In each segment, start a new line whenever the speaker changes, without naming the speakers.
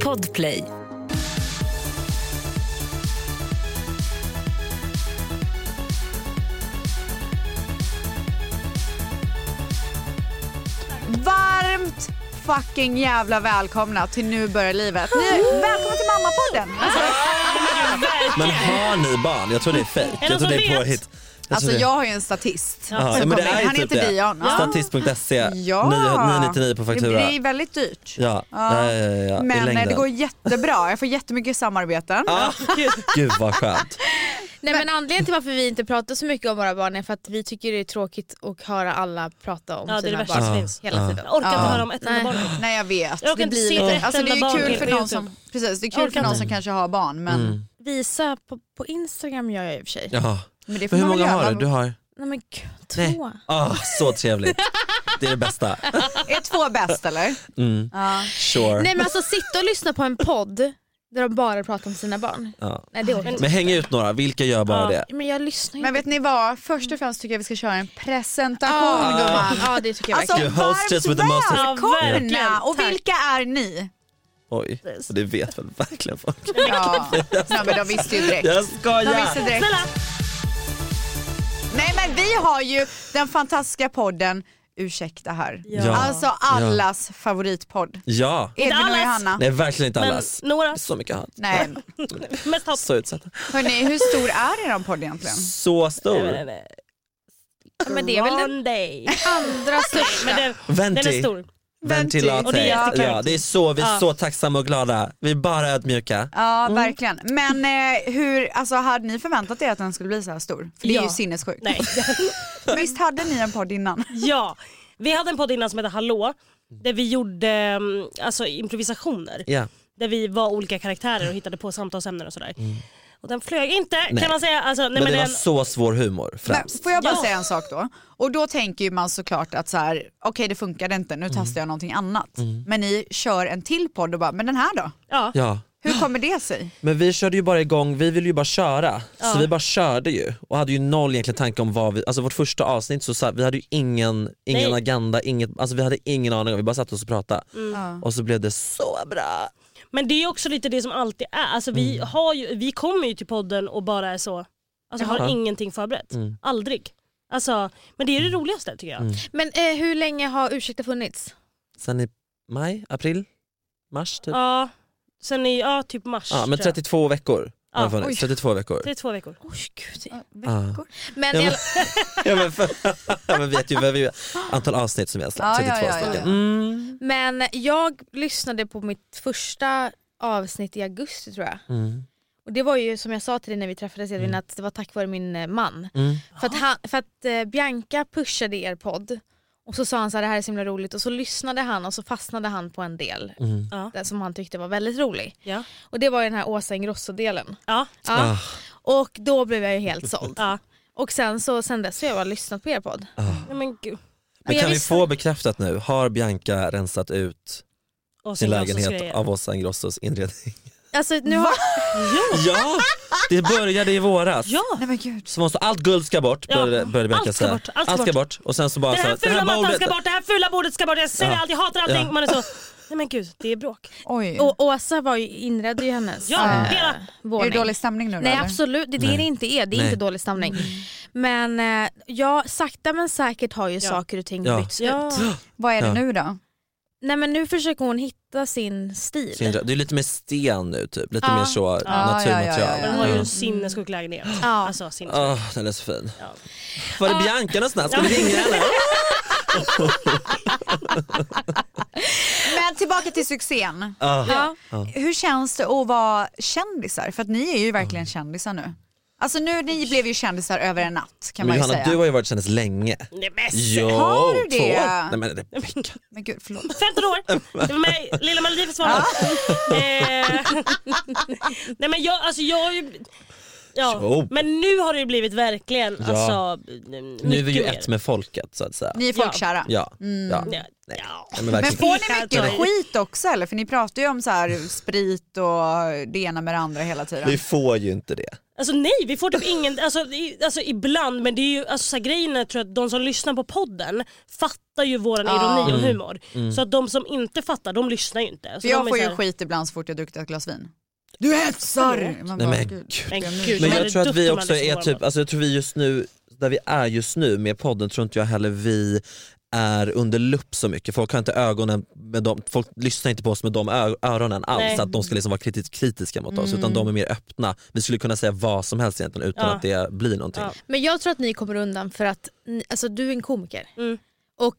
Podplay.
Varmt fucking jävla välkomna till Nu börjar livet. Ni, välkomna till Mammapodden! Alltså,
Men har ni barn? Jag tror det är fejk.
någon
Jag tror det
som
är
vet?
påhitt.
alltså
tror det.
jag har ju en statist
Ja,
som
men det
kommer in.
är ju
Han
typ
heter
det.
Dion.
Statist.se,
Ja.
999 på
Det
faktura.
blir väldigt dyrt.
Ja, ja, ja, ja, ja. i
Men eh,
längden.
det går jättebra. Jag får jättemycket samarbeten.
Ah, gud vad skönt.
Nej, men anledningen till varför vi inte pratar så mycket om våra barn är för att vi tycker det är tråkigt att höra alla prata om
Ja, det är det
sina
värsta
barn
som finns.
hela tiden.
Jag orkar inte
Ja.
höra om ett enda
Nej.
barn.
Nej jag vet.
Jag orkar inte se ett
alltså, det
enda
är
barn
kul
till
för
på
någon
YouTube.
som, precis, det är
Jag
kul
orkar
för någon som kanske har barn men,
Mm.
Visa på, på Instagram gör jag i och för sig.
Ja.
men det får
Men hur
man väl
många
göra.
har du? Du har?
Nej men gud,
Nej.
två.
Ah, så trevligt. Det är det bästa.
Är två bäst eller?
Mm,
Ja.
sure.
Nej men alltså sitta och lyssna på en podd där de bara pratar om sina barn.
Ja.
Nej det orkar jag
Men häng ut några, vilka gör bara
Ja.
det?
inte. Men jag lyssnar ju
Men vet ni vad, först och främst tycker jag vi ska köra en presentation
Ah.
Ja.
gumman.
Ja det tycker jag
Alltså
verkligen.
You host
varmt
us with the most-
Ja,
välkomna!
verkligen.
Och vilka är ni?
Oj, och det vet väl verkligen folk.
Ja. Nej men de visste ju direkt.
Jag
De
skojar!
visste direkt.
Snälla.
Nej men vi har ju den fantastiska podden Ursäkta här.
Ja.
Alltså allas favoritpodd.
Ja,
Edvin och
allas.
Johanna.
nej verkligen inte
Men
allas.
några,
Så mycket hat.
Nej.
mest hat.
Så utsatta.
Hörni, hur stor är er podd egentligen?
Så stor.
Ja, men det är väl den
Grande.
andra största.
Men den, den är
Venti.
stor.
Ventilate.
Och det är jättekul.
ja, det är så, vi är
Ja.
så tacksamma och glada. Vi är bara ödmjuka.
Ja verkligen. Men eh, hur, alltså, hade ni förväntat er att den skulle bli så här stor? För det är
Ja.
ju sinnessjukt.
Nej.
Visst hade ni en podd innan?
Ja, vi hade en podd innan som hette Hallå där vi gjorde mm, alltså, improvisationer.
Ja.
Där vi var olika karaktärer och hittade på samtalsämnen och sådär. Och den flög inte kan man säga. Alltså, nej,
Mm. Men,
men
det var
den,
så svår humor
Men,
främst.
får jag bara
Ja.
säga en sak då? Och då tänker ju man såklart att så här, okej det funkade inte,
Mm.
nu testar jag någonting annat. Men ni kör en till podd och bara, men den här då?
ja.
Ja.
Hur kommer det sig?
Men vi körde ju bara igång, vi ville ju bara köra. Så
Ja.
vi bara körde ju och hade ju noll egentligen tanke om vad vi, alltså vårt första avsnitt så satt, vi hade ju ingen, ingen
Nej.
agenda, inget, alltså vi hade ingen aning om, vi bara satt oss och pratade.
Ja.
Och så blev det så bra. Mm.
Men det är också lite det som alltid är. Alltså, vi, har ju, vi kommer ju till podden och bara är så. Alltså har
Ja.
ingenting förberett.
Mm.
Aldrig. Alltså, men det är det roligaste tycker jag.
Mm.
Men eh, hur länge har Ursäkta funnits?
Sen i maj, april, mars typ. Ja,
Ja, sen i ja, typ mars
men
tror jag.
32 veckor har det
Ja,
funnits, 32 veckor.
32 veckor.
Oj gud.
Veckor?
Men
Ja,
i
men-
alla-
ja, men för, ja men vet ju vad vi, antal avsnitt som vi har släppt,
Ja, ja,
32
ja, ja,
stycken.
ja.
Mm.
Men jag lyssnade på mitt första avsnitt i augusti tror jag.
Mm.
Och det var ju som jag sa till dig när vi träffades Edvin
Mm.
att det var tack vare min eh, man.
Mm.
För att, han, för att eh, Bianca pushade er podd och så sa han så här, det här är så himla roligt och så lyssnade han och så fastnade han på en del
Mm.
Ja.
där som han tyckte var väldigt rolig.
Ja.
Och det var ju den här Åsa Ingrosso-delen.
Ja.
Ja.
Ah,
Och då blev jag ju helt såld.
Ja.
Och sen, så, sen dess har jag bara lyssnat på er podd.
ah.
Nej, men gud.
Men
Men
jag
kan vi
visste-
få bekräftat nu, har Bianca rensat ut
Och
sin
sen Jönssons
lägenhet
grejer.
av Åsa Ingrossos inredning?
Alltså, nu har,
Ja, det började i våras.
Ja!
Nej men gud.
Så man sa allt guld ska bort,
Ja,
började, började Bianca
allt ska
säga.
bort, allt ska
bort. Och sen så bara
Det här
så,
fula mattan
bordet-
ska bort, det här fula bordet ska bort, jag säger
Ja.
allt, jag hatar allting.
Ja.
Man är så, nej men gud det är bråk.
Oj.
och Åsa var ju, inredde ju hennes
Ja,
eh,
hela-
är
våning.
det dålig stämning nu då,
Nej
eller?
absolut, det är det
Nej.
det inte är. Det är
Nej.
inte dålig stämning. Men eh, ja, sakta men säkert har ju saker och ting
Ja.
bytts
Ja.
ut.
Vad är det
Ja.
nu då?
Nej men nu försöker hon hitta sin stil.
Sin- Det är lite mer sten nu typ, lite
Ja.
mer så
Ja,
naturmaterial.
ja, ja, ja.
Men hon har ju
Mm.
en sinnessjuk lägenhet.
Ja.
Alltså sinnessjuk.
Åh, den är så fin.
Ja.
Var är
Ja.
Bianca någonstans? Ska vi
Ja.
ringa henne?
Men tillbaka till succén.
Ah.
Ja.
Hur känns det att vara kändisar? För att ni är ju verkligen kändisar nu. Alltså nu, ni blev ju kändisar över en natt kan
Men
man ju
Johanna
säga.
du har ju varit kändis länge.
Nej men
Jo,
Har du det?
två år. Nej, men, det-
Men gud förlåt.
15 år, det var med Lilla Maldivets var
Ah.
eh, Nej men jag, alltså jag har ju... Ja.
Jo.
Men nu har det ju blivit verkligen
Ja.
alltså,
nu är vi ju ett med folket så att säga.
Ni är
Ja.
folkkära. Mm.
Ja. ja.
Ja.
Nej.
Ja.
Nej, men
Men
verkligen.
får ni mycket
Jag tar i.
skit också eller? För ni pratar ju om så här sprit och det ena med det andra hela tiden.
Vi får ju inte det.
Alltså nej, vi får typ ingen, alltså, i, alltså ibland men det är ju, alltså så här, grejen är tror jag, att de som lyssnar på podden fattar ju våran
Ja. Mm.
ironi och humor.
Mm.
Så att de som inte fattar, de lyssnar ju inte. Så de
För jag
är
får
så
ju
här-
skit ibland så fort jag druckit ett glas vin. Du hetsar! Man
Nej,
bara, gud.
men gud.
Men
Men
gud,
Men
vad är
jag
det
tror att vi
dumt om
också
man liksom lyssnar
är
på
typ,
varandra.
alltså jag tror vi just nu, där vi är just nu med podden tror inte jag heller vi är under lupp så mycket. Folk har inte ögonen med dem, folk lyssnar inte på oss med de ö- öronen alls
Nej.
att de ska liksom vara kritis- kritiska mot oss utan de är mer öppna. Vi skulle kunna säga vad som helst egentligen utan
Ja.
att det blir någonting.
Ja.
Men jag tror att ni kommer undan för att ni, alltså, du är en komiker.
Mm.
Och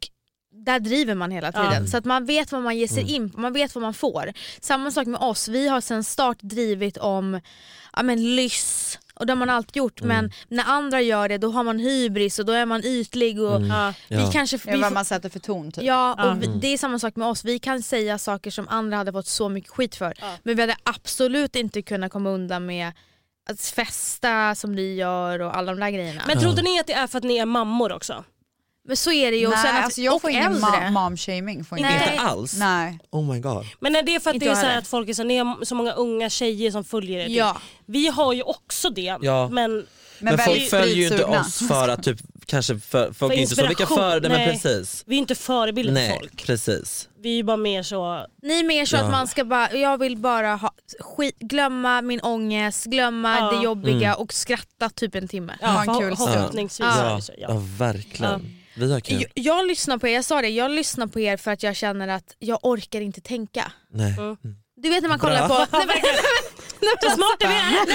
där driver man hela
Ja.
tiden.
Mm.
Så att man vet vad man ger sig in på, man vet vad man får. Samma sak med oss, vi har sedan start drivit om ja, men, lyss och det har man alltid gjort
Mm.
men när andra gör det då har man hybris och då är man ytlig. Och
Ja.
Mm. Ja.
vi kanske, vi
Det är vad
får-
man sätter för ton typ.
Ja,
Ja.
och vi, det är samma sak med oss. Vi kan säga saker som andra hade fått så mycket skit för.
Ja.
Men vi hade absolut inte kunnat komma undan med att festa som ni gör och alla de där grejerna. Men,
Men trodde ni att det är för att ni är mammor också?
så är det ju. Och,
Nej,
sen att,
alltså jag
och
får ingen
äldre.
ma- mom-shaming. får inte
Nej.
jag.
Inte alls?
Nej.
Oh my god.
Men är det för att
Inte
det är
jag
så här
heller.
att folk är så, här, ni har så många unga tjejer som följer er? typ.
Ja.
Vi har ju också det
Ja.
men
Men,
Men,
folk
väldigt
följer ju inte
spritsugna.
oss för att typ, kanske för, folk är inte så, vilka
inspiration.
för, nej, men
Nej.
precis.
vi är inte förebilder för
Nej,
folk.
precis.
Vi är ju bara mer så,
Ni är mer så
Ja.
att man ska bara, jag vill bara ha, skit, glömma min ångest, glömma
Ja.
det jobbiga och skratta typ en timme.
ja,
en
förho-
kul stund.
förhoppningsvis. är
Ja,
det så, ja.
ja verkligen. Vi har kul.
Jag, jag lyssnar på er, jag sa det, jag lyssnar på er för att jag känner att jag orkar inte tänka.
Nej.
Du vet när man kollar
Bra.
på... Nej, men,
Så smart är vi är!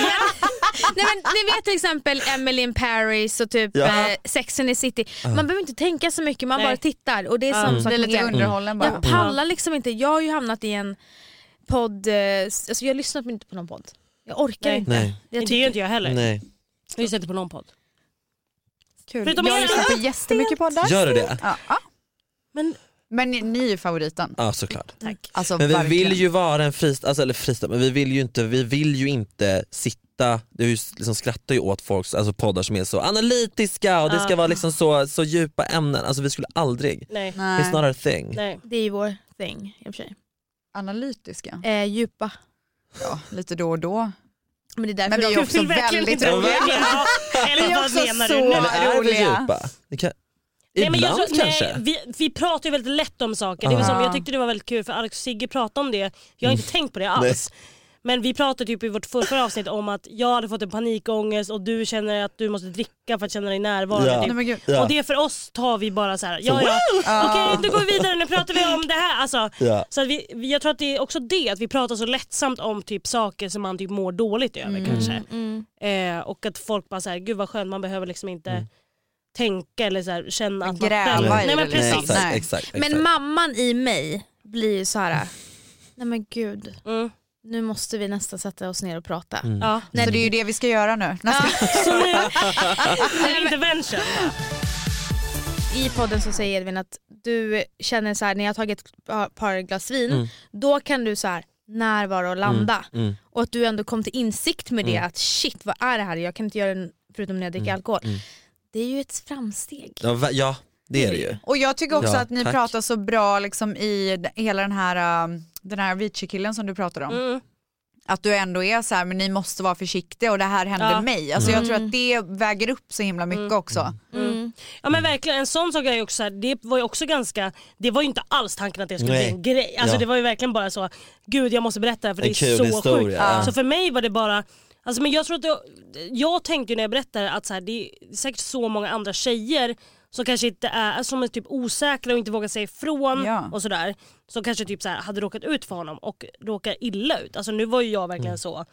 Nej, men, ni vet till exempel Emily in Paris och typ
Ja.
eh, Sex and the City. Man behöver inte tänka så mycket, man
Nej. Mm.
bara tittar. Och det är samma sak
Det är
med
lite
er.
underhållen bara.
Jag pallar liksom inte. Jag har ju hamnat i en podd, eh, s- alltså jag lyssnar inte på någon podd. Jag orkar
Nej.
inte.
Nej.
Jag
Det är ju
tycker,
inte jag heller.
Nej.
Jag lyssnar inte på någon podd.
Kul.
Förutom
jag
er.
lyssnar på jättemycket poddar.
Gör du det?
Ja, ja.
Men
Men ni, ni är favoriten.
Ja såklart.
tack.
Alltså,
Men vi
verkligen.
vill ju vara en fristad, alltså, eller fristad, men vi vill ju inte, vi vill ju inte sitta, det är ju s- liksom skrattar ju åt folks alltså poddar som är så analytiska och det ska
Ja.
vara liksom så, så djupa ämnen, alltså vi skulle aldrig,
Nej.
Nej.
it's not our thing.
Nej.
det är ju vår thing i och för sig.
analytiska.
Mm.
Eh, djupa.
Ja, lite då och då.
Men det är därför
Men vi är
jag-
också väldigt
inte
roliga.
Ja,
Vi
Eller
är
vad
också
menar
så-
du? Nej,
Eller är vi
roliga.
djupa? Det kan,
Nej, men
ibland
jag tror,
kanske? Ah.
Nej, vi, vi pratar ju väldigt lätt om saker. Det var
Ja.
som, jag tyckte det var väldigt kul för Alex och Sigge pratade om det. Jag har inte
Mm.
tänkt på det alls. Men vi pratade typ i vårt förra avsnitt om att jag hade fått en panikångest och du känner att du måste dricka för att känna dig närvarande.
Ja.
Typ.
Nej, men gud.
Ja.
Och det för oss tar vi bara så här. ja ja, okej nu går vi vidare, nu pratar vi om det här. Alltså,
Ja.
så att vi, vi- jag tror att det är också det, att vi pratar så lättsamt om typ saker som man typ mår dåligt över kanske.
Mm.
Eh, och att folk bara såhär, gud vad skönt man behöver liksom inte tänka eller så här, känna att
Gräva
man...
i
Nej
det
men
liksom.
precis.
Nej, exakt,
Nej.
exakt, exakt.
Men mamman i mig blir ju så här. nej men gud,
Mm.
nu måste vi nästan sätta oss ner och prata.
Mm.
Ja.
Så det är ju det vi ska göra nu.
Så nu, en intervention.
I podden så säger Edvin att du känner så här när jag har tagit ett pa- par glas vin, då kan du så här närvara och landa.
mm.
Och att du ändå kom till insikt med det att shit vad är det här, jag kan inte göra det förutom när jag dricker alkohol. Det är ju ett framsteg.
Mm. ja, va- ja det är det ju.
Och jag tycker också
Ja,
att ni
tack.
pratar så bra liksom, i d- hela den här, um, den här Avicii-killen som du pratar om.
Mm.
Att du ändå är så här, men ni måste vara försiktiga och det här hände
Ja. Mm.
mig. Alltså, Jag tror att det väger upp så himla mycket också.
Mm.
Ja men verkligen, en sån sak är ju också så här, det var ju också ganska, det var ju inte alls tanken att det skulle
Nej.
bli en grej. Alltså
Ja.
det var ju verkligen bara så, gud jag måste berätta det här för
En
det är
kul
så
historia,
sjukt.
ja.
Så för mig var det bara, alltså men jag tror att det, jag tänkte ju när jag berättade att så här, det är säkert så många andra tjejer som kanske inte är, som är typ osäkra och inte vågar säga ifrån
Ja.
och sådär. Som kanske typ så här, hade råkat ut för honom och råkar illa ut. Alltså nu var ju jag
Mm.
verkligen så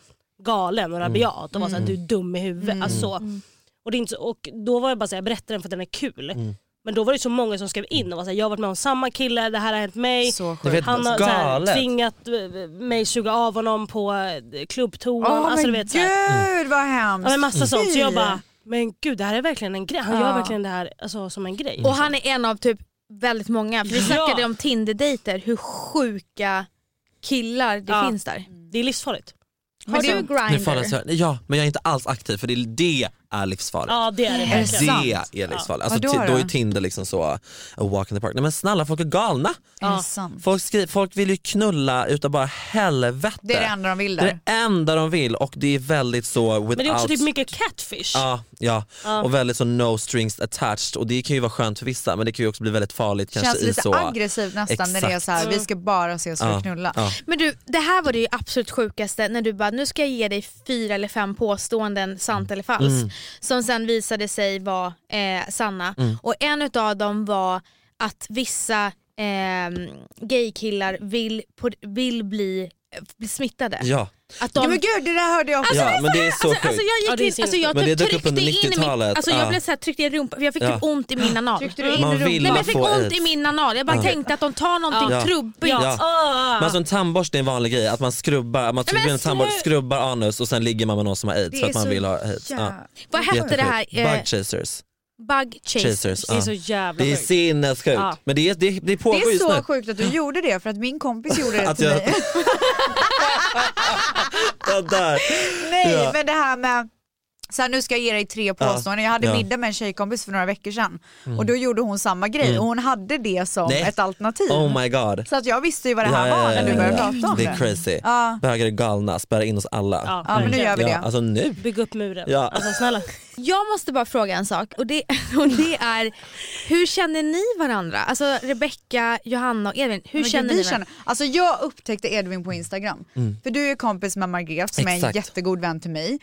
galen och rabiat och var såhär du är dum i huvudet.
Mm.
Alltså, så.
Mm.
Och, det är inte så, och då var jag bara såhär, jag berättar den för att den är kul.
Mm.
Men då var det så många som skrev in och var såhär, jag har varit med om samma kille, det här har hänt mig.
Så
Du vet,
sjukt.
Han har så
galet.
här, tvingat eh, mig suga av honom på eh, klubbtoan.
Åh
alltså, du
men
vet, så här,
gud vad
ja, men
hemskt.
massa sånt. Så jag
Fy.
bara, men gud det här är verkligen en grej. Han
Ja.
gör verkligen det här alltså, som en grej.
Och han är en av typ väldigt många, för vi
Ja.
snackade om Tinder-dejter, hur sjuka killar det
Ja.
finns där.
Det är livsfarligt.
det-
Har du
Nu får alla
grinder?
svara- Ja men jag är inte alls aktiv för det är det är livsfarligt.
Ja det är det verkligen.
sant?
Det är livsfarligt. Alltså,
Vadå
ti- då är
då?
Tinder liksom så, a walk in the park. Nej men snälla folk är galna.
Är det sant?
Folk, skri- folk vill ju knulla utav bara helvete.
Det är det enda de vill
Det är
där.
det enda de vill och det är väldigt så without...
Men det är också typ mycket catfish.
Ja, ja. och väldigt så no strings attached och det kan ju vara skönt för vissa men det kan ju också bli väldigt farligt kanske
Känns
i
lite
så...
aggressivt nästan när det är
Exakt.
så här, vi ska bara ses för
Ja,
att knulla.
ja.
Men du, det här var det ju absolut sjukaste när du bara, nu ska jag ge dig fyra eller fem påståenden,
Mm.
sant eller falskt. Som sen visade sig vara eh, sanna.
Mm.
Och en utav dem var att vissa eh, gaykillar vill, på, vill bli, eh, bli smittade.
Ja,
Att
Ja,
de,
men gud det där hörde jag också.
ja men det är så
Alltså,
sjukt.
alltså
Ja,
jag
det är
gick in, alltså jag
Men det
typ
dök upp
tryckte
under
in i min,
90-talet,
alltså
ja.
jag blev så här, tryckte i rumpan, för jag fick
Ja.
typ ont i min anal.
Tryckte du in
Man
i
vill
Nej
rumpan?
men
bara
jag fick
få
ont
aids.
i min anal, jag bara
Ja.
tänkte att de tar någonting
Ja.
trubbigt.
Ja.
Ja.
Ah.
Men alltså en tandborste är en vanlig grej, att man skrubbar, att man trycker in en tandborste, skrubbar anus och sen ligger man med någon som har aids
Det
för
är
att man
så
vill ha aids. Ja.
jävla-
Vad hette det här?
Jättesjukt.
Eh,
Bug chasers.
bug chase.
chasers
Det är
ja.
så jävla
det är
sjukt.
sinnessjukt.
Ja.
Men det, är- det, det pågår
Det är
just
så
nu.
sjukt att du gjorde det för att min kompis gjorde det
Att
till
jag-
mig.
Det där.
Nej
Ja.
men det här med så här, nu ska jag ge dig tre
Ja.
påståenden. Jag hade
Ja. Mm.
middag med en tjejkompis för några veckor sedan och då gjorde hon samma grej och hon hade det som
Nej.
ett alternativ.
Oh my god.
Så att jag visste ju vad det här var när du började prata om
Det
det.
är crazy.
Ja.
Bögar är galna, spärra in oss alla.
Ja,
Ja, men nu
verkligen.
gör vi det.
Ja, alltså nu.
Bygg upp muren.
Ja.
Alltså snälla.
Jag måste bara fråga en sak och det, och det är hur känner ni varandra? Alltså Rebecca, Johanna och Edvin, hur
Men gud,
känner
vi
ni varandra?
känner, alltså jag upptäckte Edvin på Instagram. För du är kompis med Margret som är en
Mm. Exakt. Mm.
jättegod vän till mig.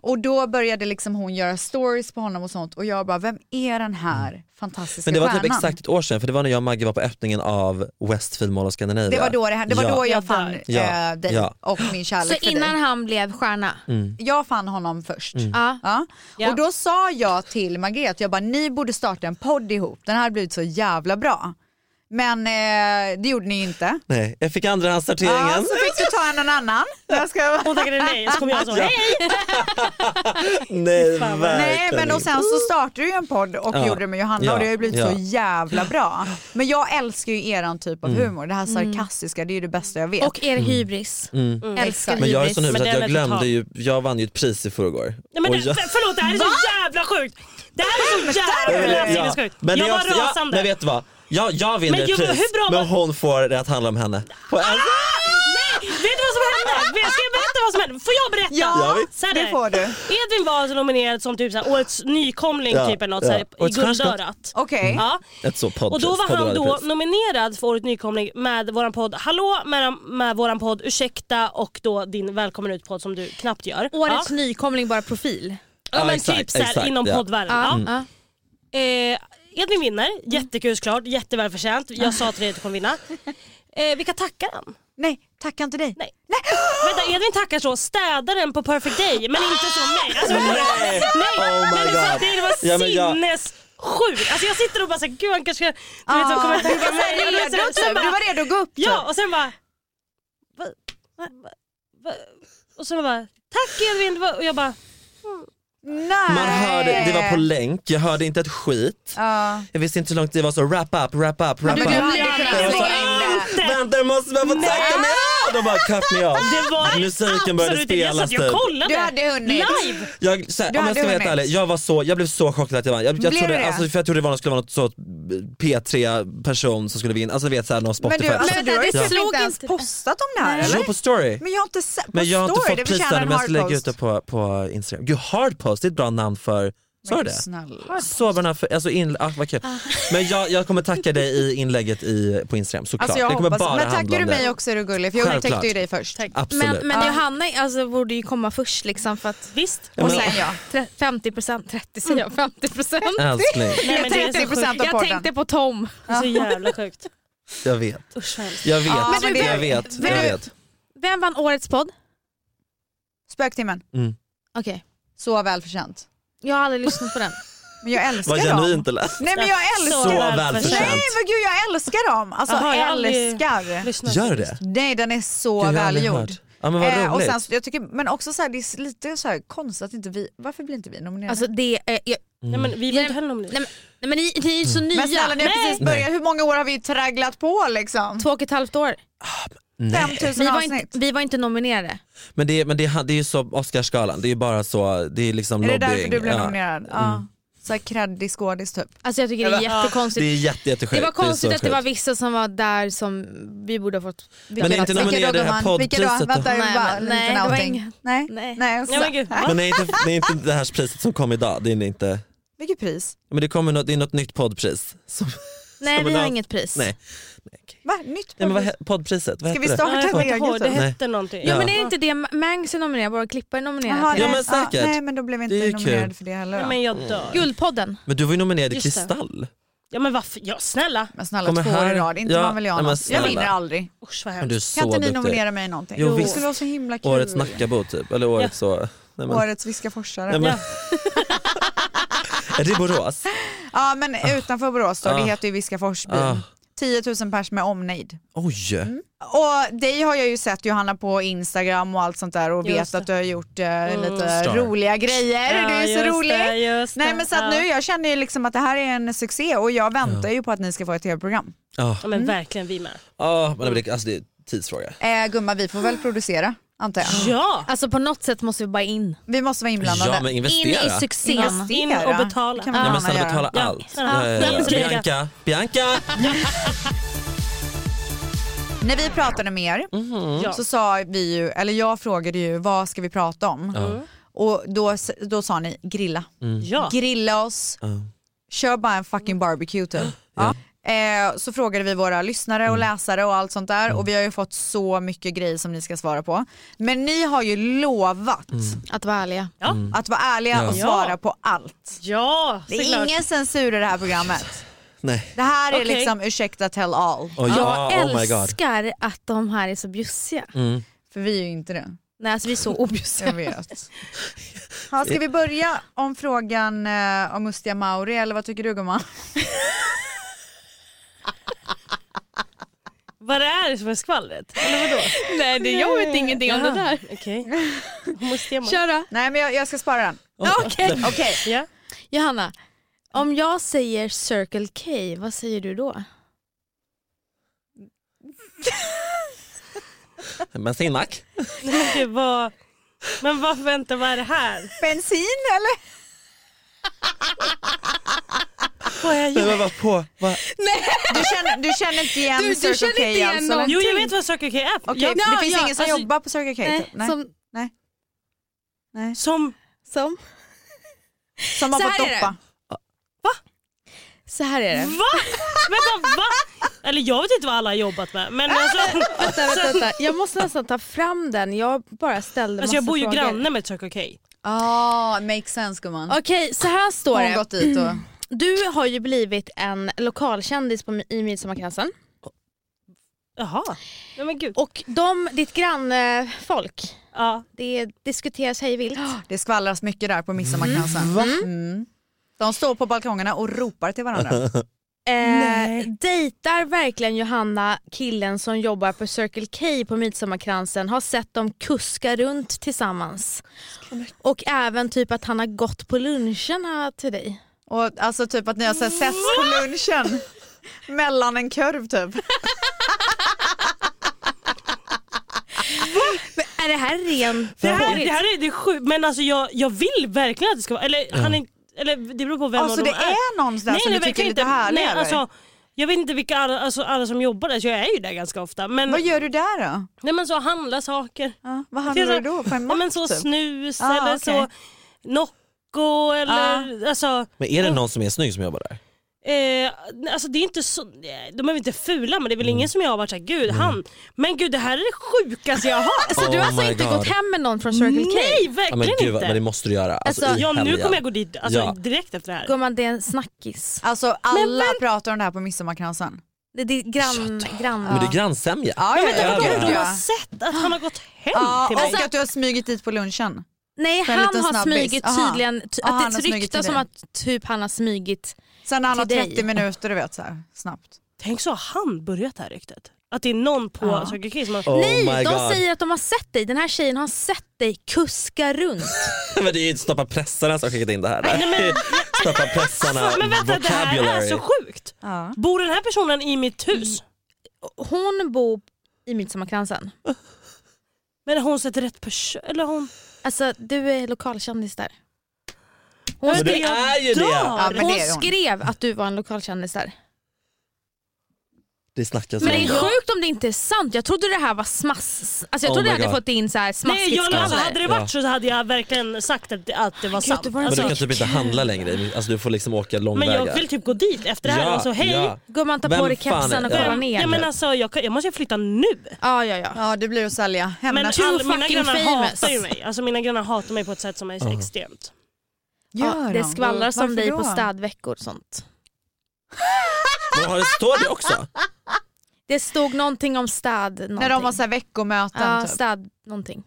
Och då började liksom hon göra stories på honom och sånt och jag bara, vem är den här fantastiska
Mm. Men det var
stjärnan?
typ exakt ett år sedan för det var när jag och Maggie var på öppningen av Westfield Mall of Scandinavia.
det var då, det, hände. det var
Ja.
då jag
Jag
fann
dör.
Ja.
eh, dig
Ja.
och min
Så
kärlek för
innan
dig.
han blev stjärna?
Mm.
Jag fann honom först.
Ja.
Ja.
Ja.
Och då sa jag till Margret, jag bara ni borde starta en podd ihop, den här har blivit så jävla bra. Men eh, det gjorde ni ju inte.
Nej, jag fick andrahandssorteringen.
Ja, så fick du ta någon annan. Jag ska...
Hon tackade nej och så kom jag och sa hej.
Nej,
Fan, vad-
Nej
verkligen
men och sen så startade du ju en podd och
Ja.
gjorde det med Johanna
Ja.
och det har ju blivit
Ja.
så jävla bra. Men jag älskar ju eran typ
Mm.
av humor, det här sarkastiska det är ju det bästa jag vet. Mm.
Och er hybris. Älskar
Exakt.
Mm. Men jag är
hybris.
sån
Men
hybris att
den
jag
är
glömde
total.
ju, jag vann ju ett pris i förrgår.
Nej, men
Och
det,
jag-
för, förlåt det här är så jävla sjukt! Det här är så jävla sinnessjukt.
det
Jag
är
var
också- ja,
rasande.
Men vet du vad? Jag, jag vinner
Men
ett
gud,
pris
hur bra
men
var- Ah!
hon får det att handla om henne. Och-
Nej! Vet du vad som hände? Ska jag berätta vad som hände? Får jag berätta?
Ja,
Ah! Ja,
Så här är
det får du.
Edvin var alltså nominerad som typ så här, årets nykomling
Ja,
typ, eller något,
ja.
så här, i
Årets stjärnskott.
Guldörat.
Okej.
Mm.
Ja.
Ett så poddpris.
Och då var han då
poddradioprins.
nominerad för Årets nykomling med våran podd Hallå med, med våran podd Ursäkta och då din Välkommen ut podd som du knappt gör.
Årets
ja.
nykomling, bara profil.
ja,
Ja,
men
exakt,
typ så här,
exakt,
inom
ja.
poddvärlden.
Ja.
Ja.
Mm.
Ja.
Eh, Edvin vinner, jättekul såklart, jättevälförtjänt. Jag sa till dig att du kommer vinna. Eh, vilka tackar han?
Nej, tacka inte dig.
Nej. Vänta, Edvin tackar så städaren på Perfect Day men inte som mig. Alltså,
Nej.
nej,
Oh my
men det,
God.
det, det var
Ja, men jag-
sinnessjukt. Alltså, jag sitter och bara såhär, gud han kanske ska... Du vet, så
Ah,
kommer jag
du,
tänka mig.
var redo,
Och sen
typ. du
bara-
var redo att gå upp
Ja,
typ.
och sen bara... Va, va, va, och sen bara, tack Edvin. det var- Och jag bara,
Nej.
Man hörde, det var på länk, jag hörde inte ett skit.
Ja.
Jag visste inte hur långt det var så wrap up, wrap up,
Men
wrap
du,
up.
du hade
jävla
kunnat slänga in det.
"Ah, Vänta jag måste bara få tacka mig av! De bara cut me off.
det var
Musiken började
absolut inte- Jag satt
spelas
ju och
typ.
kollade.
Du hade hunnit.
Live!
Jag, så här,
Du
om jag
hade
ska vara helt
hunnit.
ärlig, jag, var så, jag blev så chockad att jag vann. Jag,
Blev
jag,
du
trodde,
det?
alltså, för jag trodde det var någon, skulle vara något så P3 person som skulle vinna, alltså du vet såhär någon
Men
Spotify. Alltså,
du, alltså,
Men
du har ju
det
typ
slog
inte ens
inte det.
postat om det här
Jo
eller?
på story.
Men jag har inte sett på
Men jag har inte
story,
fått
det
pris
förtjänar
ännu
en
men jag ska lägga ut det
hardpost.
på, på Instagram. Gud hardpost, det är ett bra namn för, sa du
Men
det?
Snälla.
Så bra namn för, alltså in, ah, vad kul. Men jag, jag kommer tacka dig i inlägget i, på Instagram såklart.
Alltså jag
det kommer
hoppas,
bara
men
handla
tackar du
om
mig
det.
också är du gullig för jag
Självklart.
upptäckte ju dig först.
Absolut.
Men, men
Ja.
Johanna alltså, borde ju komma först liksom för att
Visst.
Ja,
Och
men-
sen jag.
tre- 50% 30 säger
Mm.
jag, 50%
Älskling,
Nej, men det är så
30%
sjukt.
av
Jag
podden.
tänkte på Tom.
Det är så jävla sjukt.
jag vet.
Usch vad hemskt.
Jag vet,
Ja,
men du,
jag
vem-
vet,
vem-
jag vet.
Vem vann årets podd?
Spöktimmen,
Mm.
Okej,
så välförtjänt.
jag har aldrig lyssnat på den.
Men jag älskar
Vad
dem.
genuint det lät.
Nej men jag
Så
älskar
Så
dem.
välförtjänt.
Nej men gud jag älskar dem. Alltså
Jaha, jag har aldrig-
älskar.
Lyssna.
Gör det?
Nej den är så
Gud, jag har aldrig
välgjord.
hört. Ja men vad roligt.
Eh, och sen, så- jag tycker, men också så här, det är lite så här konstigt att inte vi, varför blir inte vi nominerade?
Alltså, det, är- jag,
Mm.
Nej men vi var
Mm.
inte heller nominerade.
nej, men- nej, men ni, ni är ju så
men
nya.
snälla ni
nej.
har
Mm.
precis börjat, hur många år har vi tragglat på liksom?
Två och ett halvt år.
Nej.
5000
Vi var, inte,
avsnitt.
vi var inte nominerade.
Men, det, men det, är- det är ju som Oscarsgalan, det är ju bara så, det är liksom
Är det
lobbying.
därför du blev
Ja. Mm.
nominerad? Ja. Så här kreddig skådis typ.
Alltså jag tycker det är
Ja, Det
jättekonstigt.
är jätte, jättesjukt.
Det var
ah, är
konstigt
så
att det var
sjukt.
vissa som var där som vi borde ha fått.
Men är inte
Vilka
nominerad i
då,
det här
gumman? Vilka då?
poddpriset då?
Vänta, jag vill
Nej,
bara en
men-
liten
nej, det var
outing.
inget.
Nej,
Nej.
nej.
Nej, men gud.
nej.
Men är inte, det är inte det här priset som kom idag, det är inte.
Vilket pris?
Men det kommer något, det är något nytt poddpris. Som,
Nej
som
vi har
idag.
inget pris.
Nej.
Va? Nytt
Nej men vad,
poddpris?
he- poddpriset, vad
Ska vi
heter det?
starta
Nej, jag
en
kommer inte
egen
ihåg, det
grupp?
Nej.
hette någonting.
Jo
Ja.
men är inte det Mangs är nominerad, våra klippare är nominerade?
Jaha,
till
Ja,
nej.
det?
men säkert.
nej men då blev vi
Det är
inte
ju
nominerade
kul.
för det heller.
Nej,
då.
men jag dör.
Mm.
Guldpodden.
Men du var ju nominerad i
Just det.
Kristall.
Ja men varför? Ja snälla.
Men snälla
Kommer
två år
här-
i rad, inte
Ja,
man vill jag
nej, men
något. Jag vinner
snälla.
aldrig.
Usch vad
Men du
hemskt.
är
Kan
så
inte ni
duktig.
nominera mig i någonting?
Jo,
det
visst.
skulle vara så himla kul.
Årets Nackabo typ, eller årets så. Nej, men,
Årets viskaforsare.
nej, men,
Ja.
är det Borås?
Ja men utanför Borås då, det
Ah.
heter ju Viskaforsby.
Ah.
10 000 pers med omnejd.
Oj!
Mm. Och dig har jag ju sett Johanna på Instagram och allt sånt där och
Just
vet
det. Mm.
att du har gjort eh, lite
Star.
roliga grejer och du är
Ja,
så
just
rolig.
det, just
Nej
det.
men så att
Ja.
nu jag känner ju liksom att det här är en succé och jag väntar ju på att ni ska få ett tv-program.
Ja,
Ja,
Mm.
men verkligen vi med.
ah, men det, alltså, det är tidsfråga.
Eh, gumma vi får väl producera antar jag.
Ja!
Alltså på något sätt måste vi bara in.
Vi måste vara inblandade.
Ja men
In i
investera.
succén.
In
Investera.
och betala.
Det kan
Ja,
väl
Ja,
gärna
men snälla
göra.
betala
Ja.
allt.
Ja,
Ja, ja, ja.
skitliga.
Bianca, Bianca!
När vi pratade med er
Ja.
Mm. så sa vi ju, eller jag frågade ju vad ska vi prata om? Och då, s- då sa ni grilla.
Mm. ja.
Grilla oss,
Ja.
kör bara en fucking barbecue typ. Ja. Eh, så frågade vi våra lyssnare och läsare och allt sånt där och vi har ju fått så mycket grejer som ni ska svara på. Men ni har ju lovat
Att vara ärliga.
Ja.
att vara ärliga och
Ja.
svara på allt.
Ja,
Det är
såklart.
ingen censur i det här programmet.
Nej.
Det här är
Okej.
liksom ursäkta tell all.
Oj,
Jag
ja, oh my god. Mm.
älskar att de här är så bjussiga.
För vi är ju inte det.
Nej alltså vi är så
Jag
objussiga.
vet. Ja, ska vi börja om frågan eh, om Mustiga Mauri eller vad tycker du gumman?
Vad det är som är skvallret? Eller vadå?
Nej det, jag vet ingenting om det där.
Okej. Homostema.
Köra.
Nej men jag, jag ska spara den.
Okej.
Okej.
Ja.
Johanna, om jag säger Circle K, vad säger du då?
Men sin mack.
Men gud, vad... Men vad, vänta, vad är det här?
Bensin eller?
Vad har jag
Nej
gjort?
men vad på, vad,
Du känner, du känner inte igen
Du- du
Circle
känner
K
inte igen
alltså?
någon.
eller?
Jo, jag vet vad Circle K är.
Okej,
Jag,
det
Ja,
finns
ja,
ingen som
alltså-
jobbar på Circle K? typ? Nej. Som,
Som,
Nej.
som...
som,
som har
Så
fått
här är det.
doppa?
så här är det.
Va? Vänta, va? Eller jag vet inte vad alla har jobbat med. Men alltså,
Vänta, vänta, vänta. Jag måste nästan ta fram den, jag bara ställde
alltså jag
massa
bor ju
frågor.
granne med Circle K.
Ja, makes sense gumman.
Okej, så här står
Hon
det.
gått dit och...
Du har ju blivit en lokalkändis på, i Midsommarkransen.
Jaha. Nej men gud.
Och de, ditt grannfolk,
Ja.
det diskuteras hej vilt.
Det skvallras mycket där på midsommarkransen. Mm. De står på balkongerna och ropar till varandra.
Eh,
Nej.
dejtar verkligen Johanna killen som jobbar på Circle K på Midsommarkransen? Har sett dem kuska runt tillsammans. Och även typ att han har gått på luncherna till dig.
Och alltså typ att ni har så här setts på lunchen. Mellan en kurv typ.
Men är det här ren
Det här, det här är det sjukt. Men alltså jag, jag vill verkligen att det ska vara... Eller, han är, eller det beror på vem
Alltså
av
det
dem är.
är någon där som du tycker är
verkligen
lite härlig
Nej,
över?
alltså, jag vet inte vilka alla, alltså, alla som jobbar där, så jag är ju där ganska ofta. Men,
Vad gör du där då?
nej, men så handla saker.
Ja, vad handlar du då? På en
Ja, men
mack
så
typ?
snus
Ah,
eller
okej.
så
Ah.
Nocco eller alltså,
men är det någon som är snygg som jobbar där?
eh, alltså det är inte så, de är väl inte fula men det är väl ingen som jag har varit såhär, gud han, men gud det här är det sjukaste jag har hört.
Så du har
Oh
alltså
my
inte
God.
gått hem med någon från Circle K?
Mm. Nej
Ja, men
verkligen
gud vad- men det
inte.
måste du göra. Alltså,
Alltså,
i
Ja nu
helgen.
kommer jag gå dit alltså,
Ja.
direkt efter det här.
Gumman det är en snackis.
Alltså alla pratar om det här på midsommarkransen.
Det, det är grann,
Men
grann.
det är grannsämja.
Ja, ja,
Vänta,
ja,
vadå?
gud,
de
ja.
har sett att han har gått hem
Ja,
till
och
mig.
att du har smugit dit på lunchen.
Nej
För en
han
liten
har
snabbis.
smugit
Aha.
tydligen, ty-
Ah, han
att
har
det
smugit till
ryktas om
dig.
att typ han har smugit.
Sen när han har
Till
30
dig.
minuter, du vet så här, snabbt.
Tänk så har han börjat det här ryktet. Att det är någon på
Ja.
Circle K som har...
Oh
Nej
my
de
god.
säger att de har sett dig, den här tjejen har sett dig kuska runt.
men det är ju inte stoppa pressarna som har skickat in det här. stoppa pressarna
alltså, Men vänta det här är alltså
vocabulary.
så sjukt.
Ja.
Bor den här personen i mitt hus?
hon bor i Midsommarkransen.
Men har hon sett rätt person? Eller hon...
Alltså du är lokalkändis där. Hon,
Men
Men det
skrev,
är ju det!
Ja, men
hon
det är hon.
skrev att du var en lokalkändis där.
Det snackas
Men det
om
är sjukt om det inte är sant. Jag trodde det här var smass. Alltså jag
Oh
trodde
my
jag hade
God.
fått in så här smaskigt
Nej, jag, alltså,
skvaller.
hade det varit så hade jag verkligen sagt att, att det var sant.
det var en
Men du
alltså,
kan typ inte handla längre, alltså, du får liksom åka
men
långväga.
jag vill typ gå dit efter det här och så hej.
ja.
Gumman ta
Vem
på dig
fan är-
kepsen och
Ja.
kolla
Vem,
ner.
ja, men alltså, jag, kan- jag måste flytta nu.
Ja, ja, ja.
Ja det blir att sälja.
Men
Hämnas.
all,
fucking
mina grannar
famous.
hatar ju mig. Alltså, mina grannar hatar mig på ett sätt som är extremt.
ja det skvallras om
Varför
dig
då?
på städveckor och sånt.
Men har det, står det också?
Det stod någonting om städ. Någonting.
När de har så här veckomöten
ja,
typ.
städ någonting.